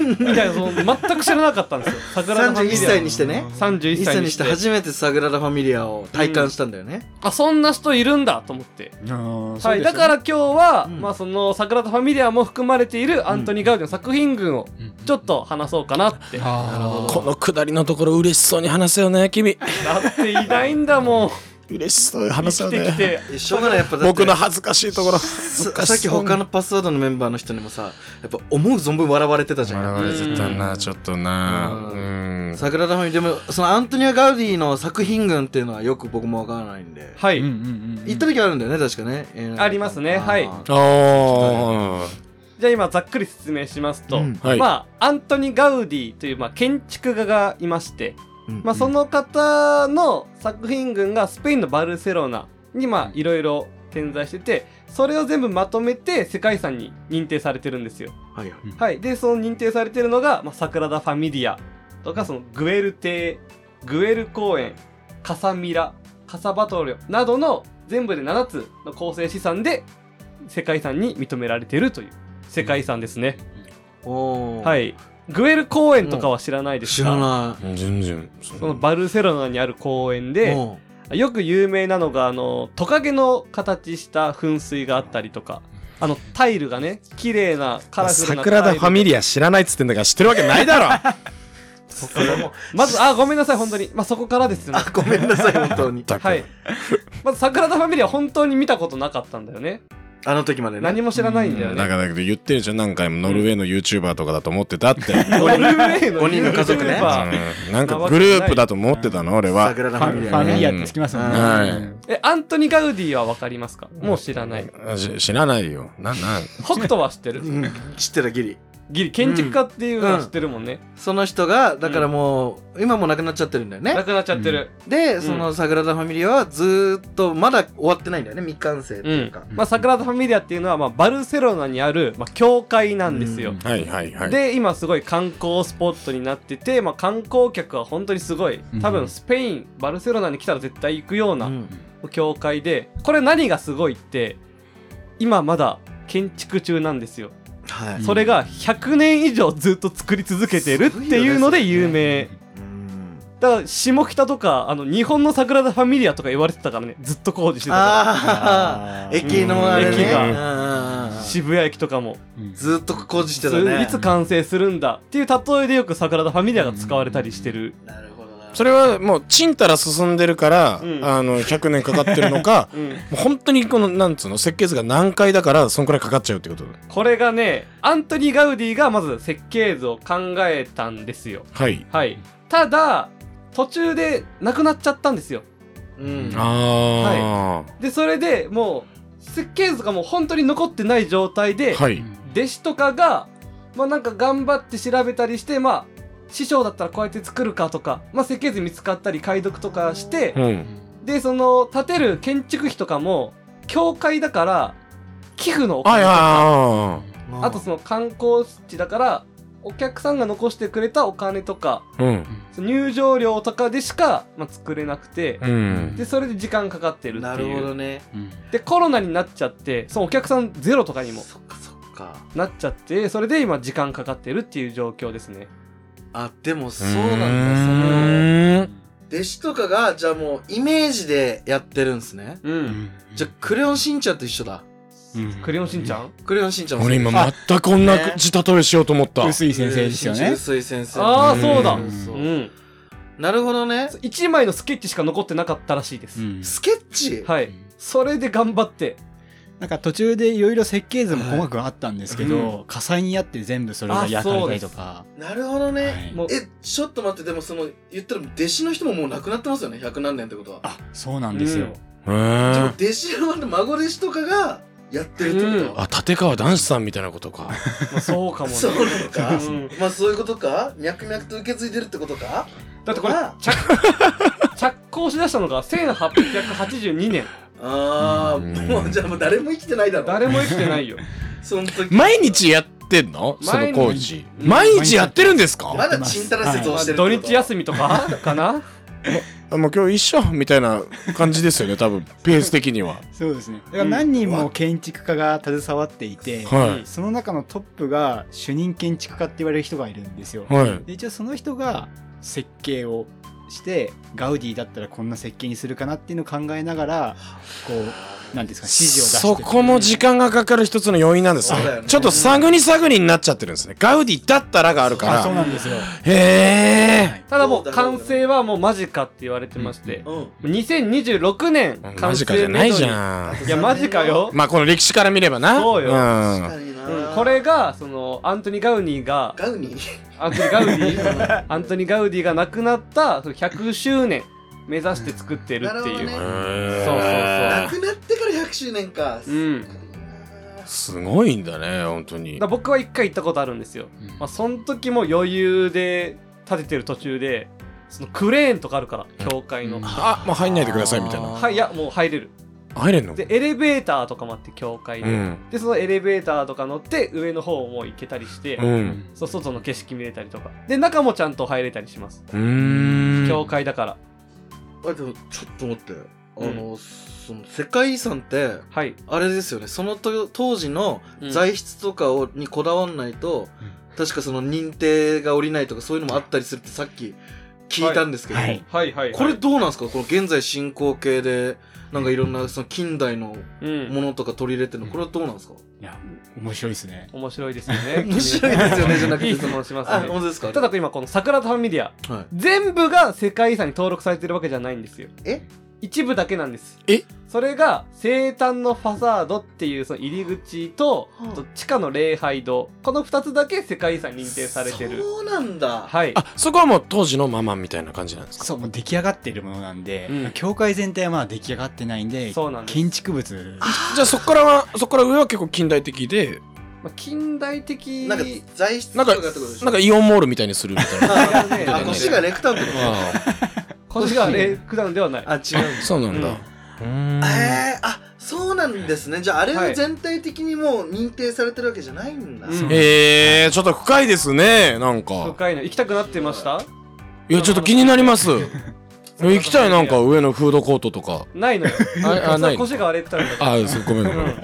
[SPEAKER 2] みたいなその全く知らなかったんですよサグラダ・ファミ
[SPEAKER 4] 31
[SPEAKER 2] リア
[SPEAKER 4] 歳にしてね
[SPEAKER 2] 31
[SPEAKER 4] 1
[SPEAKER 2] 歳
[SPEAKER 4] 歳
[SPEAKER 2] に
[SPEAKER 4] に
[SPEAKER 2] し
[SPEAKER 4] してて初めてサグラダ・ファミリアを体感したんだよね
[SPEAKER 2] あそんな人いるんだと思って
[SPEAKER 1] は
[SPEAKER 2] はい、だから今日は、
[SPEAKER 4] うん
[SPEAKER 2] まあ、そのサグラダ・ファミリアも含まれているアントニー・ガウディの作品群をちょっと話そうかなって、だ
[SPEAKER 1] あ
[SPEAKER 3] このくだりのところ嬉しそうに話せよね君
[SPEAKER 2] っていないんだもん
[SPEAKER 3] 嬉しそうに
[SPEAKER 2] 生
[SPEAKER 3] 話せ
[SPEAKER 2] き
[SPEAKER 3] よ
[SPEAKER 2] てき
[SPEAKER 3] ね
[SPEAKER 2] て
[SPEAKER 4] えしょうがないやっぱだって
[SPEAKER 3] 僕の恥ずかしいところ
[SPEAKER 4] ささっき他のパスワードのメンバーの人にもさやっぱ思う存分笑われてたじゃん
[SPEAKER 3] 笑われてたなちょっとな
[SPEAKER 4] う
[SPEAKER 3] うんん
[SPEAKER 4] サグラダ・ファミリアでもそのアントニオ・ガウディの作品群っていうのはよく僕もわからないんで
[SPEAKER 2] はい、
[SPEAKER 4] 行った時あるんだよね確かね、えー
[SPEAKER 2] ありますねはい
[SPEAKER 4] あー
[SPEAKER 3] あ
[SPEAKER 2] じゃあ今ざっくり説明しますと、
[SPEAKER 4] うん
[SPEAKER 3] あはい
[SPEAKER 2] まあ、アントニー・ガウディという、まあ、建築家がいまして、
[SPEAKER 4] うん
[SPEAKER 2] まあ、その方の作品群がスペインのバルセロナにまあいろいろ点在しててそれを全部まとめて世界遺産に認定されてるんですよ。
[SPEAKER 4] はいはい
[SPEAKER 2] はい、でその認定されてるのが、まあ、サグラダ・ファミリアとかそのグエル邸グエル公園カサミラカサバトリョなどの全部で7つの構成資産で世界遺産に認められているという世界遺産ですね。
[SPEAKER 4] おー
[SPEAKER 2] はいグエル公園とかは知らないです
[SPEAKER 4] 知
[SPEAKER 2] から
[SPEAKER 4] な
[SPEAKER 3] うん全然そ
[SPEAKER 2] そのバルセロナにある公園
[SPEAKER 4] い。
[SPEAKER 2] で、
[SPEAKER 4] も
[SPEAKER 2] よく有名なのが、あの、トカゲの形した噴水があったりとか、あの、タイルがね、綺麗なカラフルなタイル
[SPEAKER 3] 桜田ファミリア知らないっつってんだから知ってるわけな いだろ
[SPEAKER 2] そこからもまず、あ、ごめんなさい、本当に。まあ、そこからですよね。
[SPEAKER 4] うごめんなさい、本 当に。
[SPEAKER 2] はい。まず、桜田ファミリア本当に見たことなかったんだよね。
[SPEAKER 4] あの時までね。
[SPEAKER 2] 何も知らないんだよ
[SPEAKER 3] だ
[SPEAKER 2] ね。
[SPEAKER 3] からだけど言ってるじゃん何回もノルウェーの YouTuber とかだと思ってたって、うん
[SPEAKER 2] ノルウェー
[SPEAKER 4] 五人の家族ね
[SPEAKER 2] YouTuber
[SPEAKER 3] なんかグループだと思ってたの俺は
[SPEAKER 4] サグラダ・
[SPEAKER 1] フ
[SPEAKER 4] フ
[SPEAKER 1] ァ
[SPEAKER 4] ァ
[SPEAKER 1] ミ
[SPEAKER 4] ミ
[SPEAKER 1] リ
[SPEAKER 4] リ
[SPEAKER 1] ア
[SPEAKER 4] アね。
[SPEAKER 1] ってつきますもんね。
[SPEAKER 3] はい
[SPEAKER 1] うん
[SPEAKER 2] え、アントニ・ガウディはわかりますかもう知らない。
[SPEAKER 3] あし知らないよななん
[SPEAKER 2] 北斗は知ってる。
[SPEAKER 4] うん知ってるギリ。
[SPEAKER 2] ギリ、建築家っていうのは知ってるもんね。
[SPEAKER 4] その人が、だからもう、今もう亡くなっちゃってるんだよね
[SPEAKER 2] な。くなっちゃってる。
[SPEAKER 4] で、そのサグラダ・ファミリアはずーっとまだ終わってないんだよね、未完成って
[SPEAKER 2] う
[SPEAKER 4] いうんか。
[SPEAKER 2] まあ、サグラダ・ファミリアっていうのは、まあ、バルセロナにある、まあ、教会なんですよ、
[SPEAKER 5] うん
[SPEAKER 3] はいはいはい
[SPEAKER 2] で今すごい観光スポットになってて、まあ、観光客は本当にすごい多
[SPEAKER 1] う
[SPEAKER 2] 分
[SPEAKER 1] ん
[SPEAKER 2] スペイン、バルセロナに来たら絶対行くよう
[SPEAKER 4] う
[SPEAKER 2] なん教会でこれ何がすごいって今まだ建築中なんですよ、
[SPEAKER 4] は
[SPEAKER 1] うん
[SPEAKER 4] い。
[SPEAKER 2] それが100年以上ずっと作り続けてるっていうので有名、
[SPEAKER 4] うん
[SPEAKER 2] だから下北とかあの日本のサグラダ・ファミリアとか言われてたからねずっと工事してたか
[SPEAKER 4] ああ、駅のあれね。
[SPEAKER 2] 駅が
[SPEAKER 4] うんうんうん
[SPEAKER 2] ら渋谷駅とかも
[SPEAKER 1] うん
[SPEAKER 4] ずーっと工事してたね。
[SPEAKER 2] いつ完成するんだっていう例えでよく桜田ファミリアが使われたりしてる、
[SPEAKER 4] なるほどな。
[SPEAKER 3] それはもうちんたら進んでるから、
[SPEAKER 2] うん
[SPEAKER 3] あの100年かかってるのか
[SPEAKER 2] うん
[SPEAKER 3] もう本当にこのなんつうの設計図が難解だからそんくらいかかっちゃうってこと
[SPEAKER 2] これがねアントニー・ガウディがまず設計図を考えたんですよ
[SPEAKER 3] はい
[SPEAKER 2] はいただ途中で亡くなっちゃったんですよ
[SPEAKER 4] うん。
[SPEAKER 3] ああは
[SPEAKER 2] でそれでもう設計図がもう本当に残ってない状態で、
[SPEAKER 3] い、はい
[SPEAKER 2] 弟子とかがまあなんか頑張って調べたりしてまあ師匠だったらこうやって作るかとか、まあ、設計図見つかったり解読とかして、
[SPEAKER 3] うん、
[SPEAKER 2] でその建てる建築費とかも教会だから寄付のお
[SPEAKER 3] あい
[SPEAKER 2] 金
[SPEAKER 3] や
[SPEAKER 2] とか
[SPEAKER 3] あ
[SPEAKER 2] あとその観光地だからお客さんが残してくれたお金とか
[SPEAKER 3] ーうん
[SPEAKER 2] その入場料とかでしか、まあ、作れなくて
[SPEAKER 3] う、ん
[SPEAKER 2] でそれで時間かかってるっていう
[SPEAKER 4] なるほどね。
[SPEAKER 5] うん
[SPEAKER 2] でコロナになっちゃってそのお客さんゼロとかにも
[SPEAKER 4] そっかそっか。
[SPEAKER 2] なっちゃってそれで今時間かかってるっていう状況ですね
[SPEAKER 4] あ、でもそうなんだ。
[SPEAKER 3] だ
[SPEAKER 4] その、弟子とかが、じゃあもうイメージでやってるんですね。
[SPEAKER 2] うん、
[SPEAKER 4] じゃあ、クレヨンしんちゃんと一緒だ。
[SPEAKER 2] クレヨンしんちゃん、
[SPEAKER 4] クレヨンしんちゃんも
[SPEAKER 3] 俺今全く同じ例えしようと思った、
[SPEAKER 1] 薄い先生ですよね。
[SPEAKER 4] 薄い先生。
[SPEAKER 2] ああそうだ
[SPEAKER 1] うん
[SPEAKER 2] う
[SPEAKER 4] そうんなるほどね。
[SPEAKER 2] 1枚のスケッチしか残ってなかったらしいです、
[SPEAKER 1] うん
[SPEAKER 4] スケッチ
[SPEAKER 2] はいそれで頑張って
[SPEAKER 1] なんか途中でいろいろ設計図も細かくあったんですけど、火災にあって全部それが焼かれたりとか。
[SPEAKER 4] なるほどね。
[SPEAKER 1] はい
[SPEAKER 2] もう
[SPEAKER 4] え、ちょっと待って、でもその、言ったら弟子の人ももう亡くなってますよね、100何年ってことは。
[SPEAKER 1] あ、そうなんですよ。
[SPEAKER 3] へー
[SPEAKER 4] じゃあ弟子の孫弟子とかがやってるってこと
[SPEAKER 3] あ立川談志さんみたいなことか
[SPEAKER 2] まあ、そうかもね
[SPEAKER 4] そうなのか
[SPEAKER 2] うん
[SPEAKER 4] まあそういうことか脈々と受け継いでるってことか
[SPEAKER 2] だってこれ
[SPEAKER 4] あ
[SPEAKER 2] 着着工しだしたのが1882年
[SPEAKER 4] あー、
[SPEAKER 3] うん
[SPEAKER 4] もうじゃあもう誰も生きてないだろ
[SPEAKER 2] 誰も生きてないよ
[SPEAKER 4] その時
[SPEAKER 3] 毎日やってんのその工事毎日やってるんです
[SPEAKER 4] ま
[SPEAKER 3] か
[SPEAKER 4] だちんたら説を
[SPEAKER 2] まあ
[SPEAKER 4] してる
[SPEAKER 2] 土日
[SPEAKER 4] や
[SPEAKER 2] 休みとかかな
[SPEAKER 3] あもう今日一緒みたいな感じですよね多分ペース的には
[SPEAKER 1] そうですね。だから何人も建築家が携わっていて、
[SPEAKER 3] は
[SPEAKER 1] その中のトップが主任建築家って言われる人がいるんですよ
[SPEAKER 3] い。はい
[SPEAKER 1] で一応その人が設計をして、ガウディだったらこんな設計にするかなっていうのを考えながら、こう、なんていうんですか、指示を出して
[SPEAKER 3] そこも時間がかかる一つの要因なんですね
[SPEAKER 4] そうだよね
[SPEAKER 3] ちょっと探り探りになっちゃってるんですねガウディだったらがあるか
[SPEAKER 1] あ、そう
[SPEAKER 3] ら
[SPEAKER 1] なんですよ。
[SPEAKER 3] へえ
[SPEAKER 2] ただもう
[SPEAKER 4] そうだろうね
[SPEAKER 2] 完成はもう間近って言われてまして
[SPEAKER 4] うん
[SPEAKER 2] 2026年
[SPEAKER 3] マ
[SPEAKER 2] 完
[SPEAKER 3] ジ
[SPEAKER 2] 成
[SPEAKER 3] かじゃないじ
[SPEAKER 2] ん
[SPEAKER 3] ゃん
[SPEAKER 2] いやマジかよ、
[SPEAKER 3] まあこの歴史から見ればな
[SPEAKER 2] そうよ
[SPEAKER 4] 確か
[SPEAKER 3] ん
[SPEAKER 4] にな、
[SPEAKER 2] うん、これがそのアントニー・ガウニーが
[SPEAKER 4] ガウニ
[SPEAKER 2] アントニー・ガウディ アントニー・ガウディが亡くなったその100周年目指して作ってるっていう、
[SPEAKER 4] なるほどね
[SPEAKER 3] へー
[SPEAKER 4] 亡くなってから100周年か、
[SPEAKER 2] うん
[SPEAKER 3] すごいんだね本当に
[SPEAKER 2] だから僕は一回行ったことあるんですよ、まあ、その時も余裕で建ててる途中でそのクレーンとかあるから教会の、
[SPEAKER 5] うん
[SPEAKER 3] あもう入んないでくださいみたいな
[SPEAKER 2] はいいやもう入れる
[SPEAKER 3] 入れんの
[SPEAKER 2] でエレベーターとかもあって教会の、
[SPEAKER 3] うん
[SPEAKER 2] でそのエレベーターとか乗って上の方も行けたりして、
[SPEAKER 3] うん
[SPEAKER 2] そう外の景色見れたりとかで中もちゃんと入れたりします、
[SPEAKER 3] うーん
[SPEAKER 2] 教会だから
[SPEAKER 4] あでもちょっと待ってあの、その世界遺産って
[SPEAKER 2] はい
[SPEAKER 4] あれですよねそのと当時の
[SPEAKER 2] うん
[SPEAKER 4] 材質とかをにこだわんないと、確かその認定が下りないとかそういうのもあったりするってさっき聞いたんですけど、
[SPEAKER 1] はい
[SPEAKER 2] はいはいはい
[SPEAKER 4] これどうなんですかこの現在進行形でなんかいろんなその近代の
[SPEAKER 2] うん
[SPEAKER 4] ものとか取り入れてるのこれはどうなんですか
[SPEAKER 1] いや面白いですね
[SPEAKER 2] 面白いですよね
[SPEAKER 4] 面白いですよねじゃなくて
[SPEAKER 2] いい質 問します
[SPEAKER 4] あ
[SPEAKER 2] ね
[SPEAKER 4] 本当ですか
[SPEAKER 2] ただ今この桜田ファミリア
[SPEAKER 4] はい
[SPEAKER 2] 全部が世界遺産に登録されてるわけじゃないんですよ
[SPEAKER 4] え
[SPEAKER 2] 一部だけなんです
[SPEAKER 3] え
[SPEAKER 2] それが生誕のファサードっていうその入り口と
[SPEAKER 4] はあ
[SPEAKER 2] と地下の礼拝堂この2つだけ世界遺産に認定されてる
[SPEAKER 4] そうなんだ、
[SPEAKER 2] はい
[SPEAKER 3] あそこはもう当時のままみたいな感じなんですか
[SPEAKER 5] そうもう出来上がっているものなんで、
[SPEAKER 2] うん
[SPEAKER 5] 教会全体はまだ出来上がってないんで
[SPEAKER 2] そうなんです
[SPEAKER 5] 建築物
[SPEAKER 3] じゃあそこからはそこから上は結構近代的で
[SPEAKER 2] まあ近代的
[SPEAKER 4] なんか材質
[SPEAKER 3] な
[SPEAKER 4] と
[SPEAKER 3] んか
[SPEAKER 4] かってことでしょ
[SPEAKER 3] なんかイオンモールみたいにするみたい な
[SPEAKER 4] あ
[SPEAKER 2] ね
[SPEAKER 4] あ腰がレクタンってこと
[SPEAKER 3] あ
[SPEAKER 2] こっちがレクダウンではない
[SPEAKER 4] あ違うん
[SPEAKER 3] あそうなんだ、
[SPEAKER 2] う
[SPEAKER 3] うんーん
[SPEAKER 4] えー、あそうなんですねじゃああれ
[SPEAKER 2] は
[SPEAKER 4] はい全体的にもう認定されてるわけじゃないんだ、
[SPEAKER 2] うん
[SPEAKER 3] えー、ちょっと深いですねなんか
[SPEAKER 2] 深いの行きたくなってました
[SPEAKER 3] いやちょっと気になります行きたいなんか上のフードコートとか
[SPEAKER 2] ないのよ
[SPEAKER 3] あ あない
[SPEAKER 2] 腰がレクダウンだから
[SPEAKER 3] ああそうごめんごめん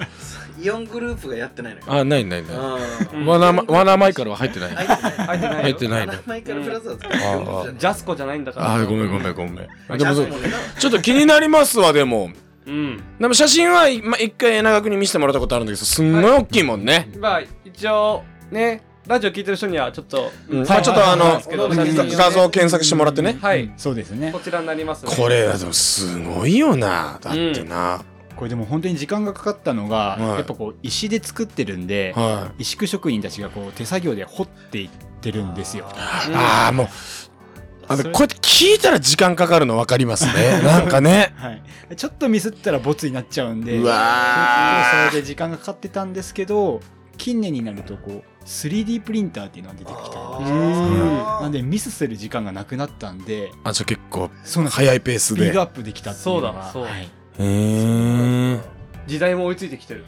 [SPEAKER 4] イオングループがやってないのよ
[SPEAKER 3] あないないない
[SPEAKER 4] あ
[SPEAKER 2] うん
[SPEAKER 3] ワナマワナマイカルは入ってない
[SPEAKER 4] 入ってな
[SPEAKER 2] 入
[SPEAKER 4] い
[SPEAKER 2] ってないよ
[SPEAKER 3] 入って
[SPEAKER 4] マ
[SPEAKER 3] ないの
[SPEAKER 4] ナマイカルプラザだった
[SPEAKER 3] ああ
[SPEAKER 2] ジャスコじゃないんだから
[SPEAKER 3] あーごめんごめんごめん
[SPEAKER 4] ジ
[SPEAKER 3] で
[SPEAKER 4] ャ
[SPEAKER 3] も
[SPEAKER 4] ス
[SPEAKER 3] そ
[SPEAKER 4] コもね
[SPEAKER 3] ちょっと気になりますわでも
[SPEAKER 2] うん
[SPEAKER 3] でも写真は一、ま、一回江長君に見せてもらったことあるんだけどすんごい大きいもんね、
[SPEAKER 2] まあ一応ねラジオ聞いてる人にはちょっと、
[SPEAKER 3] うん
[SPEAKER 2] はい
[SPEAKER 3] まあちょっとあの
[SPEAKER 2] はいですけど
[SPEAKER 1] うん
[SPEAKER 2] 写真をね
[SPEAKER 3] 画像検索してもらってね、
[SPEAKER 2] は
[SPEAKER 1] う
[SPEAKER 2] い
[SPEAKER 1] んそうですね
[SPEAKER 2] こちらになりますね
[SPEAKER 3] これはでもすごいよなだってな、
[SPEAKER 1] これでも本当に時間がかかったのが、
[SPEAKER 3] はい
[SPEAKER 1] やっぱこう石で作ってるんで、
[SPEAKER 3] はい
[SPEAKER 1] 石工職人たちがこう手作業で掘っていってるんですよ。
[SPEAKER 2] うん
[SPEAKER 3] ああもうあのこうやって聞いたら時間かかるの分かりますねなんかね
[SPEAKER 1] はい、ちょっとミスったらボツになっちゃうんで
[SPEAKER 3] うわー
[SPEAKER 1] 結構それで時間がかかってたんですけど近年になるとこう 3D プリンターっていうのが出てき
[SPEAKER 4] あ
[SPEAKER 1] たり
[SPEAKER 4] ー
[SPEAKER 1] なんでミスする時間がなくなったんで
[SPEAKER 3] あじゃあ結構
[SPEAKER 1] そうなんです
[SPEAKER 3] 早いペース
[SPEAKER 1] スピー
[SPEAKER 3] で
[SPEAKER 1] ド
[SPEAKER 3] へ
[SPEAKER 1] アップできたっていうのが
[SPEAKER 2] そうだそう
[SPEAKER 1] はい
[SPEAKER 3] え
[SPEAKER 2] 時代も追いついてきてる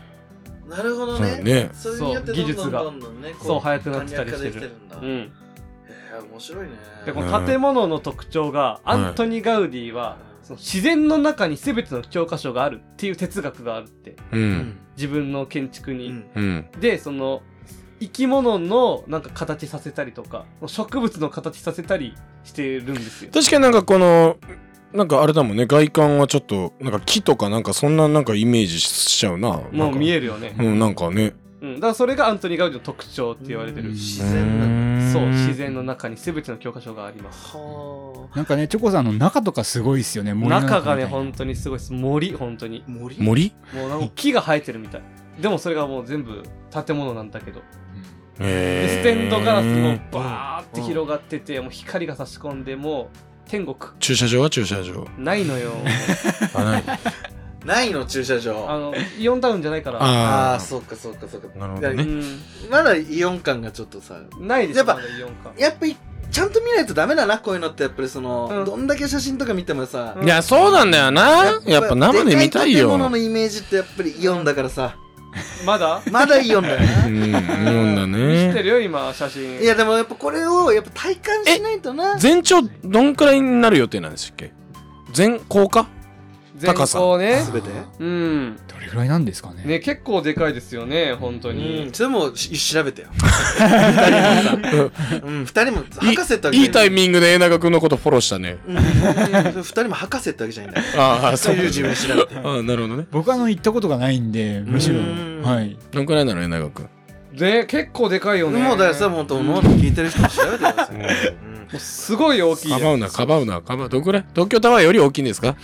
[SPEAKER 4] なるほど
[SPEAKER 3] そう
[SPEAKER 4] ね
[SPEAKER 3] ね
[SPEAKER 4] それによってどんどんどんどんねこ
[SPEAKER 2] そう早くなってたりしてる
[SPEAKER 4] 簡略化できんだ
[SPEAKER 2] う
[SPEAKER 4] へ
[SPEAKER 2] ん
[SPEAKER 4] え面白いね
[SPEAKER 2] でこの建物の特徴がア
[SPEAKER 3] うん
[SPEAKER 2] ントニ・ガウディはその自然の中に全ての教科書があるっていう哲学があるって
[SPEAKER 3] う
[SPEAKER 4] うんん
[SPEAKER 2] 自分の建築
[SPEAKER 4] う
[SPEAKER 2] に、
[SPEAKER 4] ん
[SPEAKER 3] うん
[SPEAKER 2] でその生き物のなんか形させたりとか植物の形させたりしてるんですよ
[SPEAKER 3] 確かになんかこのなんかあれだもんね外観はちょっとなんか木とかなんかそんななんかイメージしちゃうな
[SPEAKER 2] もう見
[SPEAKER 3] え
[SPEAKER 2] えるよね、
[SPEAKER 3] うんなんかね
[SPEAKER 2] うん、だからそれがアントニ・ガウディの特徴って言われてる
[SPEAKER 4] 自然なんだ
[SPEAKER 2] そう自然の中に全ての教科書があります
[SPEAKER 4] はあ
[SPEAKER 1] なんかねチョコさんの中とかすごいですよね森の
[SPEAKER 2] 中が
[SPEAKER 1] みた
[SPEAKER 2] ね
[SPEAKER 1] いな
[SPEAKER 2] 本当にすごいです森本当に
[SPEAKER 4] 森
[SPEAKER 3] 森
[SPEAKER 2] もうなんか木が生えてるみたいでもそれがもう全部建物なんだけどで
[SPEAKER 3] へ
[SPEAKER 2] ス
[SPEAKER 3] え
[SPEAKER 2] テンドガラスもバーって広がっててもう光が差し込んでもう天国
[SPEAKER 3] 駐車場は駐車場
[SPEAKER 2] ないのよ
[SPEAKER 3] あない
[SPEAKER 4] ないの駐車
[SPEAKER 2] あ
[SPEAKER 4] 場
[SPEAKER 2] のイオンタウンじゃないから
[SPEAKER 4] あ
[SPEAKER 3] あ
[SPEAKER 4] あ
[SPEAKER 3] ー
[SPEAKER 4] そうかそうかそうか
[SPEAKER 3] なるほど
[SPEAKER 2] う
[SPEAKER 3] ね
[SPEAKER 2] ん
[SPEAKER 4] まだイオン感がちょっとさ
[SPEAKER 2] ないです
[SPEAKER 4] やっぱ
[SPEAKER 2] まだイオンか
[SPEAKER 4] やっぱりちゃんと見ないとダメだなこういうのってやっぱりその、
[SPEAKER 2] うん
[SPEAKER 4] どんだけ写真とか見てもさ、
[SPEAKER 2] うん
[SPEAKER 3] いやそうなんだよなやっぱ生で見たい
[SPEAKER 4] でか
[SPEAKER 3] よ
[SPEAKER 4] 建物のイメージってやっぱりイオンだからさ
[SPEAKER 2] まだ
[SPEAKER 4] まだイオンだよ な
[SPEAKER 3] うんうんだ
[SPEAKER 2] 見
[SPEAKER 3] ね
[SPEAKER 2] してるよ今写真
[SPEAKER 4] いやでもやっぱこれをやっぱ体感しないとな
[SPEAKER 3] 全長どんくらいになる予定なんでしたっけ全高か
[SPEAKER 2] 全
[SPEAKER 3] 高さ
[SPEAKER 2] 高ね
[SPEAKER 4] 全て
[SPEAKER 2] うん
[SPEAKER 1] どれぐらいなんですかね
[SPEAKER 2] ね結構でかいですよね本当に、
[SPEAKER 4] うんそれもし調べ てよ二人もさうん二人も博士ってわけ
[SPEAKER 3] いいいタイ
[SPEAKER 4] ン
[SPEAKER 3] ミングで江永君のことフォローしたね
[SPEAKER 4] グ二人も博士ってわけじゃないんだよ
[SPEAKER 3] ああそ
[SPEAKER 4] そう
[SPEAKER 3] う
[SPEAKER 4] いう自分調べて
[SPEAKER 3] ああなるほどね
[SPEAKER 1] 僕あの行ったことがないんでむしろ
[SPEAKER 4] うん
[SPEAKER 1] はい
[SPEAKER 3] どんくらいなの江永君
[SPEAKER 2] で結構でかいよね
[SPEAKER 4] もうだからさ本当おのおの聞いてる人も調べてください、
[SPEAKER 3] ん
[SPEAKER 4] うん
[SPEAKER 2] もうすごい大きい
[SPEAKER 3] かばうなかばうなかばうどんくらい東京タワーより大きいんですか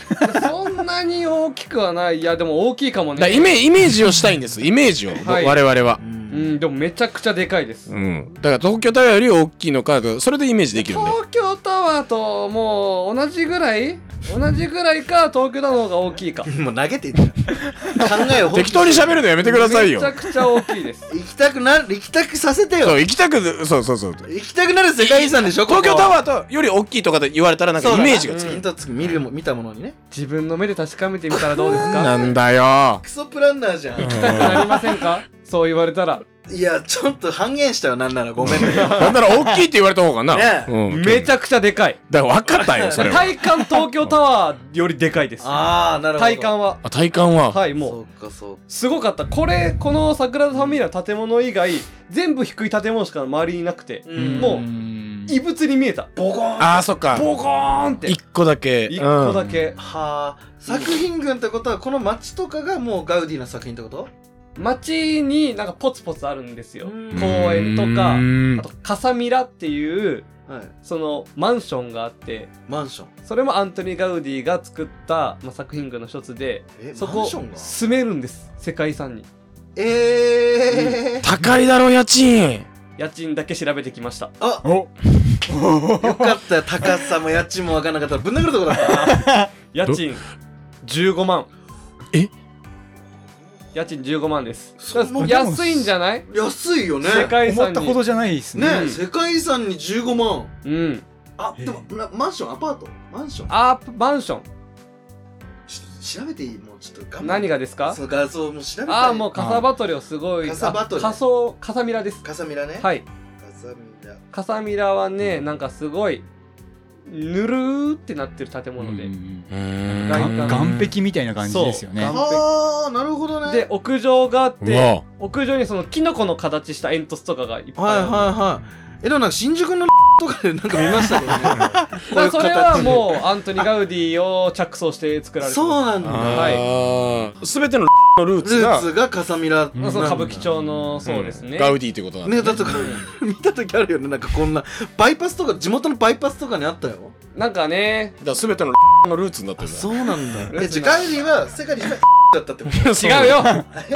[SPEAKER 2] そんなに大きくはないいやでも大きいかも
[SPEAKER 3] だから
[SPEAKER 2] ね
[SPEAKER 3] イメイメージをしたいんですイメージを、
[SPEAKER 2] はい
[SPEAKER 3] 我々は
[SPEAKER 4] う
[SPEAKER 2] うんんでもめちゃくちゃでかいです、
[SPEAKER 3] うんだから東京タワーより大きいのかそれでイメージできるんで
[SPEAKER 2] 東京タワーともう同じぐらい同じぐらいか東京タワーの方が大きいか
[SPEAKER 4] もう投げていっちゃう考えを本気
[SPEAKER 3] 適当に喋るのやめてくださいよ
[SPEAKER 2] めちゃくちゃ大きいです
[SPEAKER 4] 行きたくなる行きたくさせて
[SPEAKER 3] そう
[SPEAKER 4] よ
[SPEAKER 3] 行きたくそうそうそう
[SPEAKER 4] 行きたくなる世界遺産でしょ
[SPEAKER 3] 東京タ
[SPEAKER 4] ー
[SPEAKER 3] ワーとより大きいとかで言われたらなんかイメージがつく、
[SPEAKER 4] インタつく見るも見たものにね
[SPEAKER 2] 自分の目で確かめてみたらどうですか
[SPEAKER 3] なんだよ
[SPEAKER 4] クソプランナーじゃん
[SPEAKER 2] 行きたくなりませんかそう言われたら
[SPEAKER 4] いや、ちょっと半減したよ、なんなら。ごめ んね。
[SPEAKER 3] なんなら大きいって言われた方がな。
[SPEAKER 4] ね
[SPEAKER 3] うん、
[SPEAKER 2] めちゃくちゃでかい
[SPEAKER 3] だから分かったよ、それは。
[SPEAKER 2] 体感東京タワーよりでかいです
[SPEAKER 4] ああ、なるほど。
[SPEAKER 2] 体感は
[SPEAKER 3] あ体感は、
[SPEAKER 2] はいもう
[SPEAKER 4] そうか、そうか。
[SPEAKER 2] すごかったこれこの桜田ファミリアの建物以外全部低い建物しか周りになくて
[SPEAKER 4] うん
[SPEAKER 2] も
[SPEAKER 5] う
[SPEAKER 2] う
[SPEAKER 5] ん
[SPEAKER 2] 異物に見えたボコーン
[SPEAKER 3] ああ、そっか。
[SPEAKER 2] ボコーンって
[SPEAKER 3] 一個だけ。
[SPEAKER 2] 一個だ
[SPEAKER 3] け。
[SPEAKER 2] け、
[SPEAKER 4] はあ、作品群ってことは、この街とかがもうガウディの作品ってこと
[SPEAKER 2] 街になんかポツポツあるんですよ
[SPEAKER 4] うん
[SPEAKER 2] 公園とか
[SPEAKER 3] うん
[SPEAKER 2] あとカサミラっていう
[SPEAKER 4] はい。
[SPEAKER 2] そのマンションがあって
[SPEAKER 4] マンション。
[SPEAKER 2] それもアントニー・ガウディが作った、まあ、作品群の一つで
[SPEAKER 4] え、
[SPEAKER 2] そ
[SPEAKER 4] マ
[SPEAKER 2] こ
[SPEAKER 4] ンションが
[SPEAKER 2] 住めるんです世界遺産に
[SPEAKER 4] ええー。
[SPEAKER 3] 高いだろ、家賃。
[SPEAKER 2] 家賃だけ調べてきました
[SPEAKER 4] あ
[SPEAKER 5] お
[SPEAKER 4] よかったよ。高さも家賃も分からなかったらぶん殴るとこだったな。
[SPEAKER 2] 家賃15万
[SPEAKER 3] え
[SPEAKER 2] 家賃15万です
[SPEAKER 4] そんな
[SPEAKER 2] だから安いんじゃない
[SPEAKER 4] 安いよね。
[SPEAKER 2] 世界遺
[SPEAKER 1] 思
[SPEAKER 2] 産
[SPEAKER 1] った
[SPEAKER 2] に
[SPEAKER 1] ほどじゃないですね
[SPEAKER 4] ね、
[SPEAKER 2] うん
[SPEAKER 4] 世界遺産に15万。
[SPEAKER 2] うん
[SPEAKER 4] あ、でも、なマンション、アパートマンション
[SPEAKER 2] アープマンショ
[SPEAKER 4] ちょっと調べていいもうちょっと画
[SPEAKER 2] ン
[SPEAKER 4] 面。
[SPEAKER 2] 何がですか
[SPEAKER 4] そう、画像も調べて。
[SPEAKER 2] ああもうカサバトリオすごい
[SPEAKER 4] カサバトリオ
[SPEAKER 2] あ仮想カサミラです
[SPEAKER 4] カサミラね。
[SPEAKER 2] はい
[SPEAKER 4] カサミラ。
[SPEAKER 2] カサミラはねなんかすごいぬるーってなってる建物で、
[SPEAKER 5] うん
[SPEAKER 3] うん
[SPEAKER 5] が
[SPEAKER 2] 外
[SPEAKER 5] ん
[SPEAKER 2] 観
[SPEAKER 5] 岸壁みたいな感じですよね
[SPEAKER 2] そう
[SPEAKER 4] ああ、なるほどね。
[SPEAKER 2] で、屋上があっ
[SPEAKER 3] う
[SPEAKER 2] て
[SPEAKER 3] わ
[SPEAKER 2] 屋上にそのキノコの形した煙突とかがいっぱ
[SPEAKER 4] はいい
[SPEAKER 2] あ
[SPEAKER 4] は
[SPEAKER 2] る
[SPEAKER 4] いはい。え、でもなんか新宿の とかでなんか見ましたけどね。
[SPEAKER 2] だからそれはもうアントニー・ガウディを着想して作られて
[SPEAKER 4] そう
[SPEAKER 2] ま
[SPEAKER 4] なん
[SPEAKER 3] あ
[SPEAKER 4] だ。
[SPEAKER 3] ー。すべてののルー
[SPEAKER 4] ル
[SPEAKER 3] ツが
[SPEAKER 4] ー、ツがカサミラ。
[SPEAKER 2] すそう歌舞伎町のそうです
[SPEAKER 3] う
[SPEAKER 2] ね
[SPEAKER 3] んガウディってことなんだ
[SPEAKER 4] ね、だって これ見た時あるよね。なんかこんな、バイパスとか、地元のバイパスとかにあったよ。
[SPEAKER 2] なんかね
[SPEAKER 3] だから全てののルーツになってるんだ
[SPEAKER 4] そうなんだ。え、
[SPEAKER 2] ルーツ
[SPEAKER 4] じゃ
[SPEAKER 2] が
[SPEAKER 4] ガウディは世 界に一番だったってこと
[SPEAKER 2] 違うよ違う
[SPEAKER 4] ごめ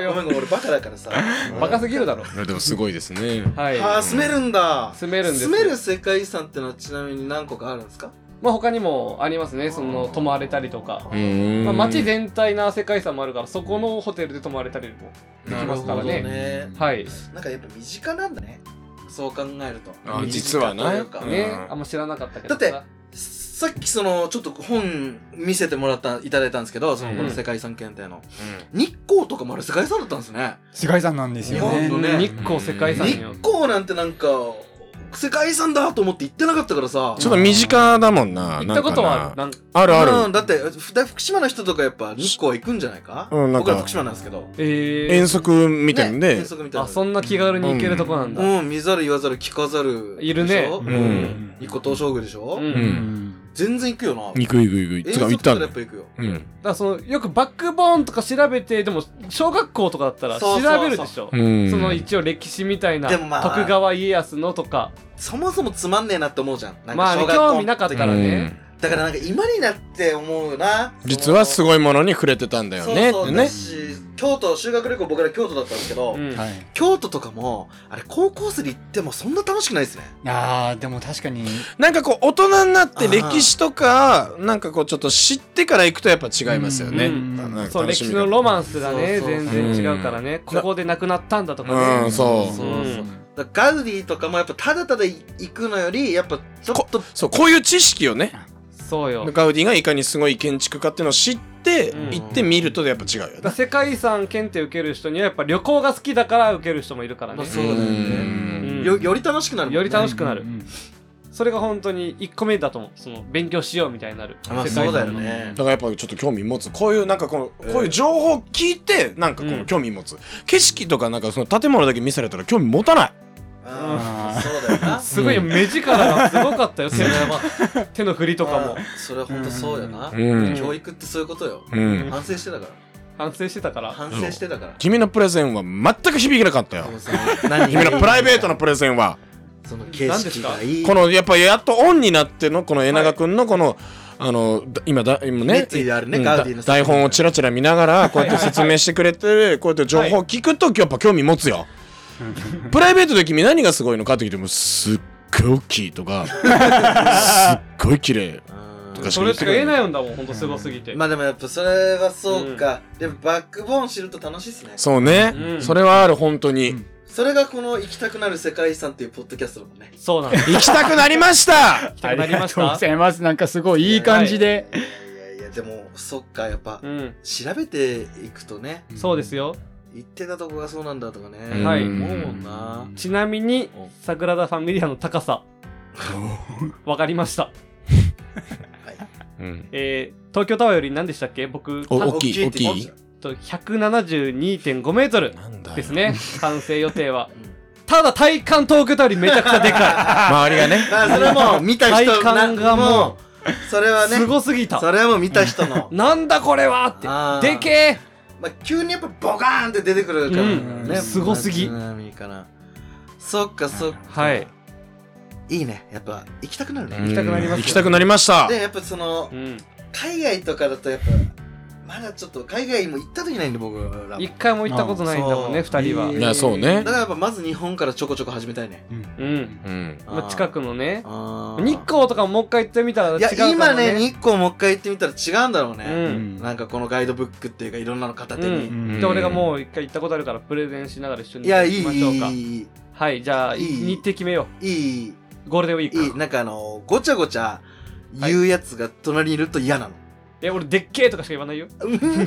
[SPEAKER 4] ん
[SPEAKER 2] よ
[SPEAKER 4] ごめん、俺バカだからさ。
[SPEAKER 2] バカすぎるだろ
[SPEAKER 3] いやでもすごいですね
[SPEAKER 2] はい
[SPEAKER 4] あー、住めるんだ。
[SPEAKER 2] 住めるんです
[SPEAKER 4] 住める世界遺産ってのはちなみに何個かあるんですか
[SPEAKER 2] まあ他にもありますねその泊まれたりとか、
[SPEAKER 3] うん
[SPEAKER 2] まあ、街全体の世界遺産もあるからそこのホテルで泊まれたりもできますからね
[SPEAKER 4] なるほどね
[SPEAKER 2] はい
[SPEAKER 4] なんかやっぱ身近なんだね。そう考えると。
[SPEAKER 3] あ
[SPEAKER 4] 身近
[SPEAKER 3] 実はな
[SPEAKER 4] というか
[SPEAKER 3] うん
[SPEAKER 2] ねあんま知らなかったけど
[SPEAKER 4] だってさっきそのちょっと本見せてもらったいただいたんですけどそのこの世界遺産検定の、日光とかもあれ世界遺産だったんですね
[SPEAKER 1] 世界遺産なんですよ
[SPEAKER 4] 日
[SPEAKER 1] ね
[SPEAKER 4] 本の
[SPEAKER 2] うん
[SPEAKER 4] ね
[SPEAKER 2] 日光世界遺産
[SPEAKER 4] 日
[SPEAKER 2] よ
[SPEAKER 4] 光なんてなんか世界遺産だと思って行ってなかったからさ
[SPEAKER 3] ちょっと身近だもんな
[SPEAKER 2] 行ったことはある
[SPEAKER 3] な
[SPEAKER 2] なん
[SPEAKER 3] んか
[SPEAKER 2] か
[SPEAKER 3] なあるある
[SPEAKER 4] うん、だってふだ福島の人とかやっぱ日光は行くんじゃないか,、
[SPEAKER 3] うんなんか
[SPEAKER 4] 僕ら福島なんですけど
[SPEAKER 2] え
[SPEAKER 3] 遠足みたいんで、
[SPEAKER 4] ね遠足みた
[SPEAKER 2] ー、
[SPEAKER 4] い
[SPEAKER 2] あ
[SPEAKER 4] な
[SPEAKER 2] そんな気軽に行けるとこなんだ、
[SPEAKER 4] うん見ざる言わざる聞かざる
[SPEAKER 2] いるね
[SPEAKER 4] でしょ
[SPEAKER 2] うん
[SPEAKER 4] うん一個東照宮でしょ、
[SPEAKER 2] うん
[SPEAKER 3] う
[SPEAKER 2] だ
[SPEAKER 1] うんん
[SPEAKER 4] 全然行くよな
[SPEAKER 3] 行く行く行く
[SPEAKER 4] 遠
[SPEAKER 3] つうか
[SPEAKER 4] 足
[SPEAKER 3] 行
[SPEAKER 4] と
[SPEAKER 3] ったんだ
[SPEAKER 4] かやっぱ行くよ
[SPEAKER 3] うん
[SPEAKER 2] からそのよくバックボーンとか調べてでも小学校とかだったら調
[SPEAKER 4] そうそうそう
[SPEAKER 2] べるでしょ
[SPEAKER 3] うん
[SPEAKER 2] その一応歴史みたいな
[SPEAKER 4] でもまあ
[SPEAKER 2] 徳川家康のとか
[SPEAKER 4] そもそもつまんねえなって思うじゃんなん
[SPEAKER 2] ま
[SPEAKER 4] か
[SPEAKER 2] あ
[SPEAKER 4] 小学校
[SPEAKER 2] 興味なかったからね、
[SPEAKER 4] だからなんか今になって思うな
[SPEAKER 3] うん実はすご
[SPEAKER 4] ごい
[SPEAKER 3] いものに触れてたんだよね
[SPEAKER 4] そう
[SPEAKER 3] っ
[SPEAKER 4] そ
[SPEAKER 3] て
[SPEAKER 4] う
[SPEAKER 3] ね
[SPEAKER 4] だし京都修学旅行僕ら京都だったんですけど、
[SPEAKER 2] うん
[SPEAKER 5] はい
[SPEAKER 4] 京都とかもあれ高校生で行ってもそんな楽しくないですね
[SPEAKER 5] あーでも確かに
[SPEAKER 3] なんかこう大人になって歴史とかなんかこうちょっと知ってから行くとやっぱ違いますよね、
[SPEAKER 2] うん
[SPEAKER 3] なんか
[SPEAKER 2] そう
[SPEAKER 3] 楽
[SPEAKER 2] 歴
[SPEAKER 3] し
[SPEAKER 2] 史
[SPEAKER 3] み
[SPEAKER 2] のロマンスがね
[SPEAKER 4] そうそうそう
[SPEAKER 2] 全然違うからね、ここで亡くなったんだとかね、
[SPEAKER 3] うんそう
[SPEAKER 4] そう
[SPEAKER 2] うん
[SPEAKER 4] そうだからガウディとかもやっぱただただ行くのよりやっぱちょっと
[SPEAKER 3] そうこういう知識をね
[SPEAKER 2] そうよだか
[SPEAKER 3] ガウディがいかにすごい建築家っていうのを知って、
[SPEAKER 2] うん
[SPEAKER 3] 行ってみるとやっぱ違うよ
[SPEAKER 2] ら
[SPEAKER 3] ね。
[SPEAKER 2] 世界遺産検定受ける人にはやっぱ旅行が好きだから受ける人もいるから
[SPEAKER 4] ま
[SPEAKER 2] ね
[SPEAKER 4] あ、そうだよ
[SPEAKER 3] う
[SPEAKER 4] ね
[SPEAKER 2] ん
[SPEAKER 4] よより楽しくなるもんね
[SPEAKER 2] より楽しくなる
[SPEAKER 5] うん
[SPEAKER 2] それが本当に1個目だと思うその勉強しようみたいになる、
[SPEAKER 4] まあ
[SPEAKER 2] 世界
[SPEAKER 4] そ
[SPEAKER 2] 遺
[SPEAKER 4] うだ
[SPEAKER 2] 産
[SPEAKER 4] よ
[SPEAKER 2] の
[SPEAKER 4] ね
[SPEAKER 3] だからやっぱちょっと興味持つこういうなんかこの、
[SPEAKER 4] えー
[SPEAKER 3] こういう情報を聞いてなんかこ
[SPEAKER 2] う
[SPEAKER 3] の
[SPEAKER 2] ん
[SPEAKER 3] 興味持つ、景色とかなんかその建物だけ見せられたら興味持たない
[SPEAKER 4] あーそうだ よな
[SPEAKER 2] すごいよ目力がすごかったよ、手
[SPEAKER 4] それ
[SPEAKER 2] の
[SPEAKER 4] はまあ
[SPEAKER 2] 手の振りとかも
[SPEAKER 4] あーそれは本当そうよな、
[SPEAKER 3] うん
[SPEAKER 4] 教育ってそういうことよ、
[SPEAKER 3] うん
[SPEAKER 4] 反省してたか
[SPEAKER 2] 反省してたから
[SPEAKER 4] ら反省してたから
[SPEAKER 3] 君のプレゼンは全く響かなかったよ
[SPEAKER 4] でもその何
[SPEAKER 3] 君
[SPEAKER 4] がいい
[SPEAKER 3] のプライベートなプレゼンは
[SPEAKER 4] その景色がいい
[SPEAKER 3] このやっぱやっとオンになってのこの江永君のこの、あのだ今だ今ね
[SPEAKER 4] 熱意であるね
[SPEAKER 3] うん
[SPEAKER 4] ガウディ
[SPEAKER 3] だ
[SPEAKER 4] の
[SPEAKER 3] 台本をちらちら見ながらこうやって説明してくれてこうやって情報を聞くとやっぱ興味持つよ。プライベートで君何がすごいのかって聞いてもすっごい大きいとかすっごい綺麗
[SPEAKER 4] うん
[SPEAKER 3] とか
[SPEAKER 2] それしか言えないんだもんほんとすごすぎて、
[SPEAKER 4] まあでもやっぱそれはそうか、でもバックボーン知ると楽しいっすね
[SPEAKER 3] そうね、
[SPEAKER 2] うん
[SPEAKER 3] それはある本当に、
[SPEAKER 1] うん
[SPEAKER 4] それがこの行きたくなる世界遺産っていうポッドキャストだもんね
[SPEAKER 2] そうなんです
[SPEAKER 3] 行きたくなりました
[SPEAKER 2] たくなりまし
[SPEAKER 1] ありがとう
[SPEAKER 2] た
[SPEAKER 1] ございますなんかすごいいい感じで、
[SPEAKER 4] いやいやいやでもそっかやっぱ
[SPEAKER 2] うん
[SPEAKER 4] 調べていくとね
[SPEAKER 2] そうですよ
[SPEAKER 4] 言ってたとこがそうなんだとかね。
[SPEAKER 2] はい
[SPEAKER 4] 思うもんな。
[SPEAKER 2] ちなみに
[SPEAKER 4] お
[SPEAKER 2] 桜田ファミリアの高さわかりました、
[SPEAKER 3] うん
[SPEAKER 2] えー、東京タワーより何でしたっけ僕
[SPEAKER 3] お
[SPEAKER 2] た
[SPEAKER 3] 大きい
[SPEAKER 4] 大きい
[SPEAKER 3] 大きい
[SPEAKER 2] えっと172.5メートル
[SPEAKER 3] なんだよ
[SPEAKER 2] ですね完成予定はただ体感東京タワーよりめちゃくちゃでか
[SPEAKER 3] 周りがね
[SPEAKER 4] だ からそれはもう見た人
[SPEAKER 2] 体感がもう
[SPEAKER 4] なうそれはいね
[SPEAKER 2] すごすぎた
[SPEAKER 4] それはもう見た人の
[SPEAKER 2] なんだこれはって
[SPEAKER 4] あー
[SPEAKER 2] でけ
[SPEAKER 4] まあ急にやっぱボカーンって出てくるから
[SPEAKER 2] うん
[SPEAKER 4] ね
[SPEAKER 2] すごすぎ
[SPEAKER 4] まあ津波かなそっかそっか
[SPEAKER 2] えはい
[SPEAKER 4] いいねやっぱ行きたくなるね
[SPEAKER 3] うん
[SPEAKER 2] 行きたくなりますよ
[SPEAKER 3] 行きたくなりました
[SPEAKER 4] でやっぱその
[SPEAKER 2] うん
[SPEAKER 4] 海外とかだとやっぱまだちょっと海外も行った時ないんで僕らも
[SPEAKER 2] 一回も行ったことないんだもんね
[SPEAKER 4] そ
[SPEAKER 2] 二人はい
[SPEAKER 3] やそうね
[SPEAKER 4] だからやっぱまず日本からちょこちょこ始めたいね
[SPEAKER 2] うん
[SPEAKER 3] うん
[SPEAKER 2] まあ近くのね
[SPEAKER 4] あー
[SPEAKER 2] 日光とかもう一回行ってみたら違う
[SPEAKER 4] いや
[SPEAKER 2] かもね
[SPEAKER 4] 今ね日光もう一回行ってみたら違うんだろう
[SPEAKER 2] う
[SPEAKER 4] ね
[SPEAKER 2] ん
[SPEAKER 4] なんかこのガイドブックっていうかいろんなの片手
[SPEAKER 2] う
[SPEAKER 4] に
[SPEAKER 3] ん
[SPEAKER 2] で俺がもう一回行ったことあるからプレゼンしながら一緒に
[SPEAKER 4] いやいいい
[SPEAKER 2] 行きましょうか
[SPEAKER 4] いいい
[SPEAKER 2] はいじゃあ
[SPEAKER 4] いい
[SPEAKER 2] 日程決めよ
[SPEAKER 4] いいう
[SPEAKER 2] ゴールデンウィ
[SPEAKER 4] い
[SPEAKER 2] ー
[SPEAKER 4] い
[SPEAKER 2] ク
[SPEAKER 4] なんかあのごちゃごちゃ言うやつが隣にいると嫌なの
[SPEAKER 2] え俺でっけえとかしか言わ ないよ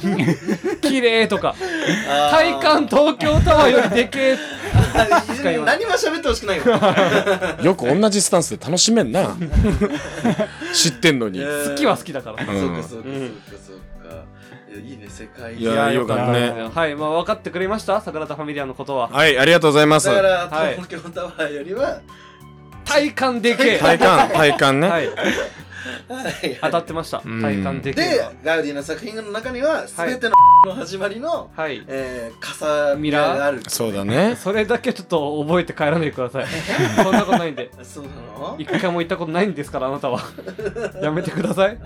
[SPEAKER 2] 綺麗とか 体感東京タワーよりでけえ
[SPEAKER 4] あー
[SPEAKER 2] しか言 わない
[SPEAKER 4] 何も喋ってほしくないよ
[SPEAKER 3] よく同じスタンスで楽しめん な知ってんのに
[SPEAKER 4] 好
[SPEAKER 2] 好きは好きだから
[SPEAKER 4] そうかそうかそうか
[SPEAKER 2] うん
[SPEAKER 4] そうかいやいいね世界
[SPEAKER 3] いやよかったね
[SPEAKER 2] はいまあ分かってくれました桜田ファミリアのことは
[SPEAKER 3] はいありがとうございま
[SPEAKER 4] だ
[SPEAKER 3] す
[SPEAKER 4] から
[SPEAKER 2] はい
[SPEAKER 4] 東京タワーよりは
[SPEAKER 2] 体感でけえ
[SPEAKER 3] 体 感体感ね、
[SPEAKER 2] はい
[SPEAKER 4] はい
[SPEAKER 2] 当たってました
[SPEAKER 3] うん
[SPEAKER 2] 体感でけえ
[SPEAKER 4] でガウディの作品の中には全てのの始まりの
[SPEAKER 2] はい
[SPEAKER 4] えー傘ミラーがある
[SPEAKER 3] そうだね
[SPEAKER 2] それだけちょっと覚えて帰らないでくださ いそんなことないんで
[SPEAKER 4] そうなの
[SPEAKER 2] 一回も行ったことないんですからあなたはやめてくださ いかっ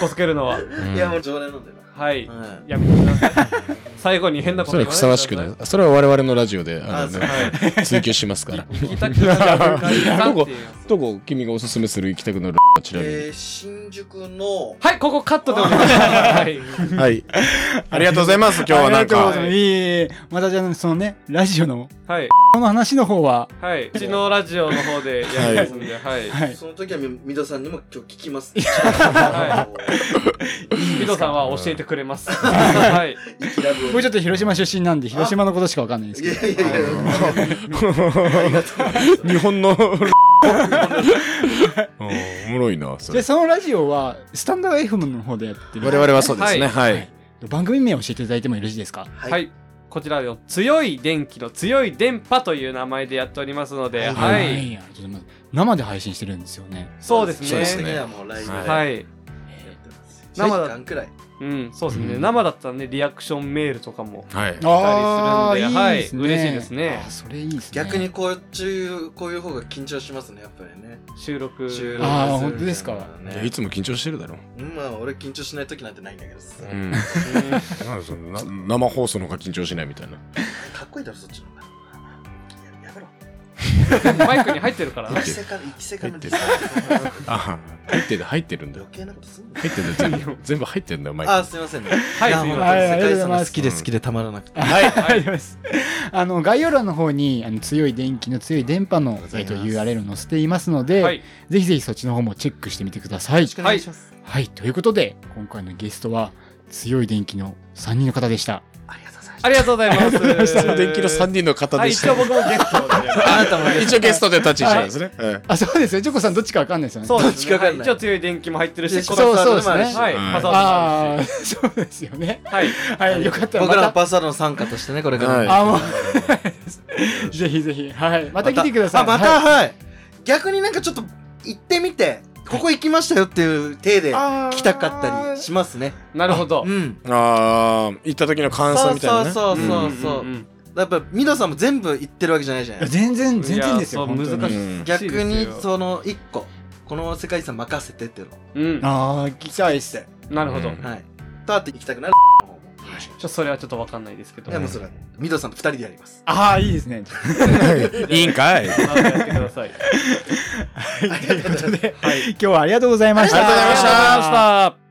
[SPEAKER 2] こつけるのは
[SPEAKER 3] うん
[SPEAKER 4] いやもう常連なんだよ
[SPEAKER 2] はい
[SPEAKER 4] なはい
[SPEAKER 2] やめてください最後に変なこと
[SPEAKER 3] それはふさわしくないそれは我々のラジオであ
[SPEAKER 4] あそ
[SPEAKER 3] の
[SPEAKER 4] う
[SPEAKER 3] ね追求しますから
[SPEAKER 2] 行きたくなる空間さんっていう
[SPEAKER 3] どこ君がおすすめする行きたくなるあちらに
[SPEAKER 4] えー新宿の
[SPEAKER 2] はいここカットでお願いしますはい
[SPEAKER 3] はいありがとうございます今日はなん
[SPEAKER 5] ありがとうござい
[SPEAKER 3] か
[SPEAKER 5] ますいえいえまたじゃあそのねラジオの
[SPEAKER 2] はい
[SPEAKER 5] この話の方は
[SPEAKER 2] はい、うちのラジオの方でやりますんで、はい。
[SPEAKER 5] はい
[SPEAKER 4] その時はみ三戸さんにも今日聞きます
[SPEAKER 2] ピドさんは教えてくれます。はい。
[SPEAKER 4] 生きラブを
[SPEAKER 5] 僕ちょっと広島出身なんで広島のことしかわかんないんです
[SPEAKER 4] い
[SPEAKER 5] けど
[SPEAKER 4] やいやいや
[SPEAKER 3] 日本の おおもろいなそ
[SPEAKER 5] で
[SPEAKER 3] れ
[SPEAKER 5] そのラジオはスタンダード FM の方でやってる
[SPEAKER 3] 我々はそうですねはい、
[SPEAKER 5] 番組名を教えていただいてもよろしいですか
[SPEAKER 4] はい
[SPEAKER 2] はい。こちらの強い電気の強い電波という名前でやっておりますので、はい。
[SPEAKER 5] ありがとうございます生で配信してるんですよね
[SPEAKER 2] そうですね。
[SPEAKER 3] そうですね
[SPEAKER 4] はもうライブで
[SPEAKER 2] は
[SPEAKER 4] や
[SPEAKER 2] い。
[SPEAKER 4] ってます
[SPEAKER 2] 生だ
[SPEAKER 4] 1時間くらい
[SPEAKER 2] うん、そうですね。
[SPEAKER 5] うん
[SPEAKER 2] 生だったらね、リアクションメールとかも。
[SPEAKER 3] はい
[SPEAKER 2] あーいい
[SPEAKER 5] はい
[SPEAKER 2] ですね嬉しいですね
[SPEAKER 5] あそれいいですね
[SPEAKER 4] 逆にこういうこういう方が緊張しますねやっぱりね
[SPEAKER 2] 収録。
[SPEAKER 4] 収録する
[SPEAKER 5] あー本当ですか
[SPEAKER 3] いやいつも緊張してるだろ
[SPEAKER 4] うんまあ俺緊張しない時なんてないんだけどさ
[SPEAKER 3] うんなんでそんな生放送の方が緊張しないみたいな
[SPEAKER 4] かっこいいだろそっちの方がややめろ
[SPEAKER 2] マイクに入ってるから。
[SPEAKER 4] 一世から一世からの
[SPEAKER 3] 入ってるあ入ってる入ってるんだよ
[SPEAKER 4] 余計なことすんの
[SPEAKER 3] 入ってるんだよ全部全部入ってるんだよマイク
[SPEAKER 4] あすいませんね
[SPEAKER 2] はい
[SPEAKER 4] や
[SPEAKER 2] すいません
[SPEAKER 4] 本当に世界遺産が好き
[SPEAKER 3] ありがとうござい
[SPEAKER 4] で
[SPEAKER 3] ます
[SPEAKER 4] 好きでたまらなくて
[SPEAKER 5] はい、ありがとうございます。 あの概要欄の方にあの強い電気の強い電波の
[SPEAKER 4] ござ
[SPEAKER 5] え
[SPEAKER 4] い
[SPEAKER 5] っ
[SPEAKER 4] ます
[SPEAKER 5] と URL 載せていますので、
[SPEAKER 2] はい。
[SPEAKER 5] ぜひぜひそっちの方もチェックしてみてください。
[SPEAKER 2] 願いし
[SPEAKER 4] ます
[SPEAKER 5] はい、ということで今回のゲストは強い電気の3人の方でした。
[SPEAKER 4] ありがとうございます
[SPEAKER 2] ありがとうございます。
[SPEAKER 3] 電気の3人の方
[SPEAKER 2] はい、
[SPEAKER 3] でし
[SPEAKER 2] 一応
[SPEAKER 3] た
[SPEAKER 2] 僕もゲストで。
[SPEAKER 4] あなたもね
[SPEAKER 3] 一応ゲストで立ち位置なんですねはい
[SPEAKER 5] あ、そうですよ。ジョコさんどっちかわかんないですよね。
[SPEAKER 2] そうです
[SPEAKER 4] どっ
[SPEAKER 2] ね。は
[SPEAKER 4] ちかわか
[SPEAKER 2] い
[SPEAKER 4] んない
[SPEAKER 2] 一応強い電気も入ってるし、
[SPEAKER 5] そう
[SPEAKER 2] この
[SPEAKER 5] そうですね
[SPEAKER 2] 人はい、
[SPEAKER 3] うん
[SPEAKER 2] パサ
[SPEAKER 5] あ
[SPEAKER 2] ー
[SPEAKER 5] あ、
[SPEAKER 2] ドも
[SPEAKER 5] そうですよね。
[SPEAKER 2] あるし。
[SPEAKER 5] はい、よかったら
[SPEAKER 4] 僕らの
[SPEAKER 5] また。
[SPEAKER 4] パスワードの参加としてねこれから
[SPEAKER 3] は
[SPEAKER 4] も
[SPEAKER 3] い
[SPEAKER 5] あ、もう ぜひぜひ、はい、また来てください。
[SPEAKER 4] あまた
[SPEAKER 5] はい
[SPEAKER 4] はい逆になんかちょっと行ってみてここ行きましたよっていう体で
[SPEAKER 3] あー
[SPEAKER 4] 来たかったりしますね
[SPEAKER 2] はい。なるほど
[SPEAKER 4] う。ん
[SPEAKER 3] あー行った時の感想みたいなね
[SPEAKER 4] そうそうそ
[SPEAKER 2] ん
[SPEAKER 4] うそうん
[SPEAKER 2] ん
[SPEAKER 4] やっぱミドさんも全部行ってるわけじゃないじ
[SPEAKER 5] い
[SPEAKER 4] ゃな
[SPEAKER 5] や
[SPEAKER 4] い
[SPEAKER 5] 全然全然です
[SPEAKER 2] い
[SPEAKER 5] よ。
[SPEAKER 2] やそう
[SPEAKER 5] 本当に
[SPEAKER 2] 難しい
[SPEAKER 3] うん
[SPEAKER 4] 逆に
[SPEAKER 2] そうですよ
[SPEAKER 4] その一個この世界遺産任せてっていうの
[SPEAKER 2] うん。
[SPEAKER 5] ああ、聞きたいっす。
[SPEAKER 2] なるほど。
[SPEAKER 3] うん
[SPEAKER 4] はいとあって行きたくなるの方もよろしく
[SPEAKER 2] ちょそれはちょっとわかんないですけど。
[SPEAKER 4] でもうそれはねミドさんと二人でやります
[SPEAKER 5] ああ、いいですね。
[SPEAKER 3] いいんかい
[SPEAKER 2] あやってください。
[SPEAKER 5] ということで、今日はありがとうございました。
[SPEAKER 3] ありがとうございました
[SPEAKER 2] ありがとうございました。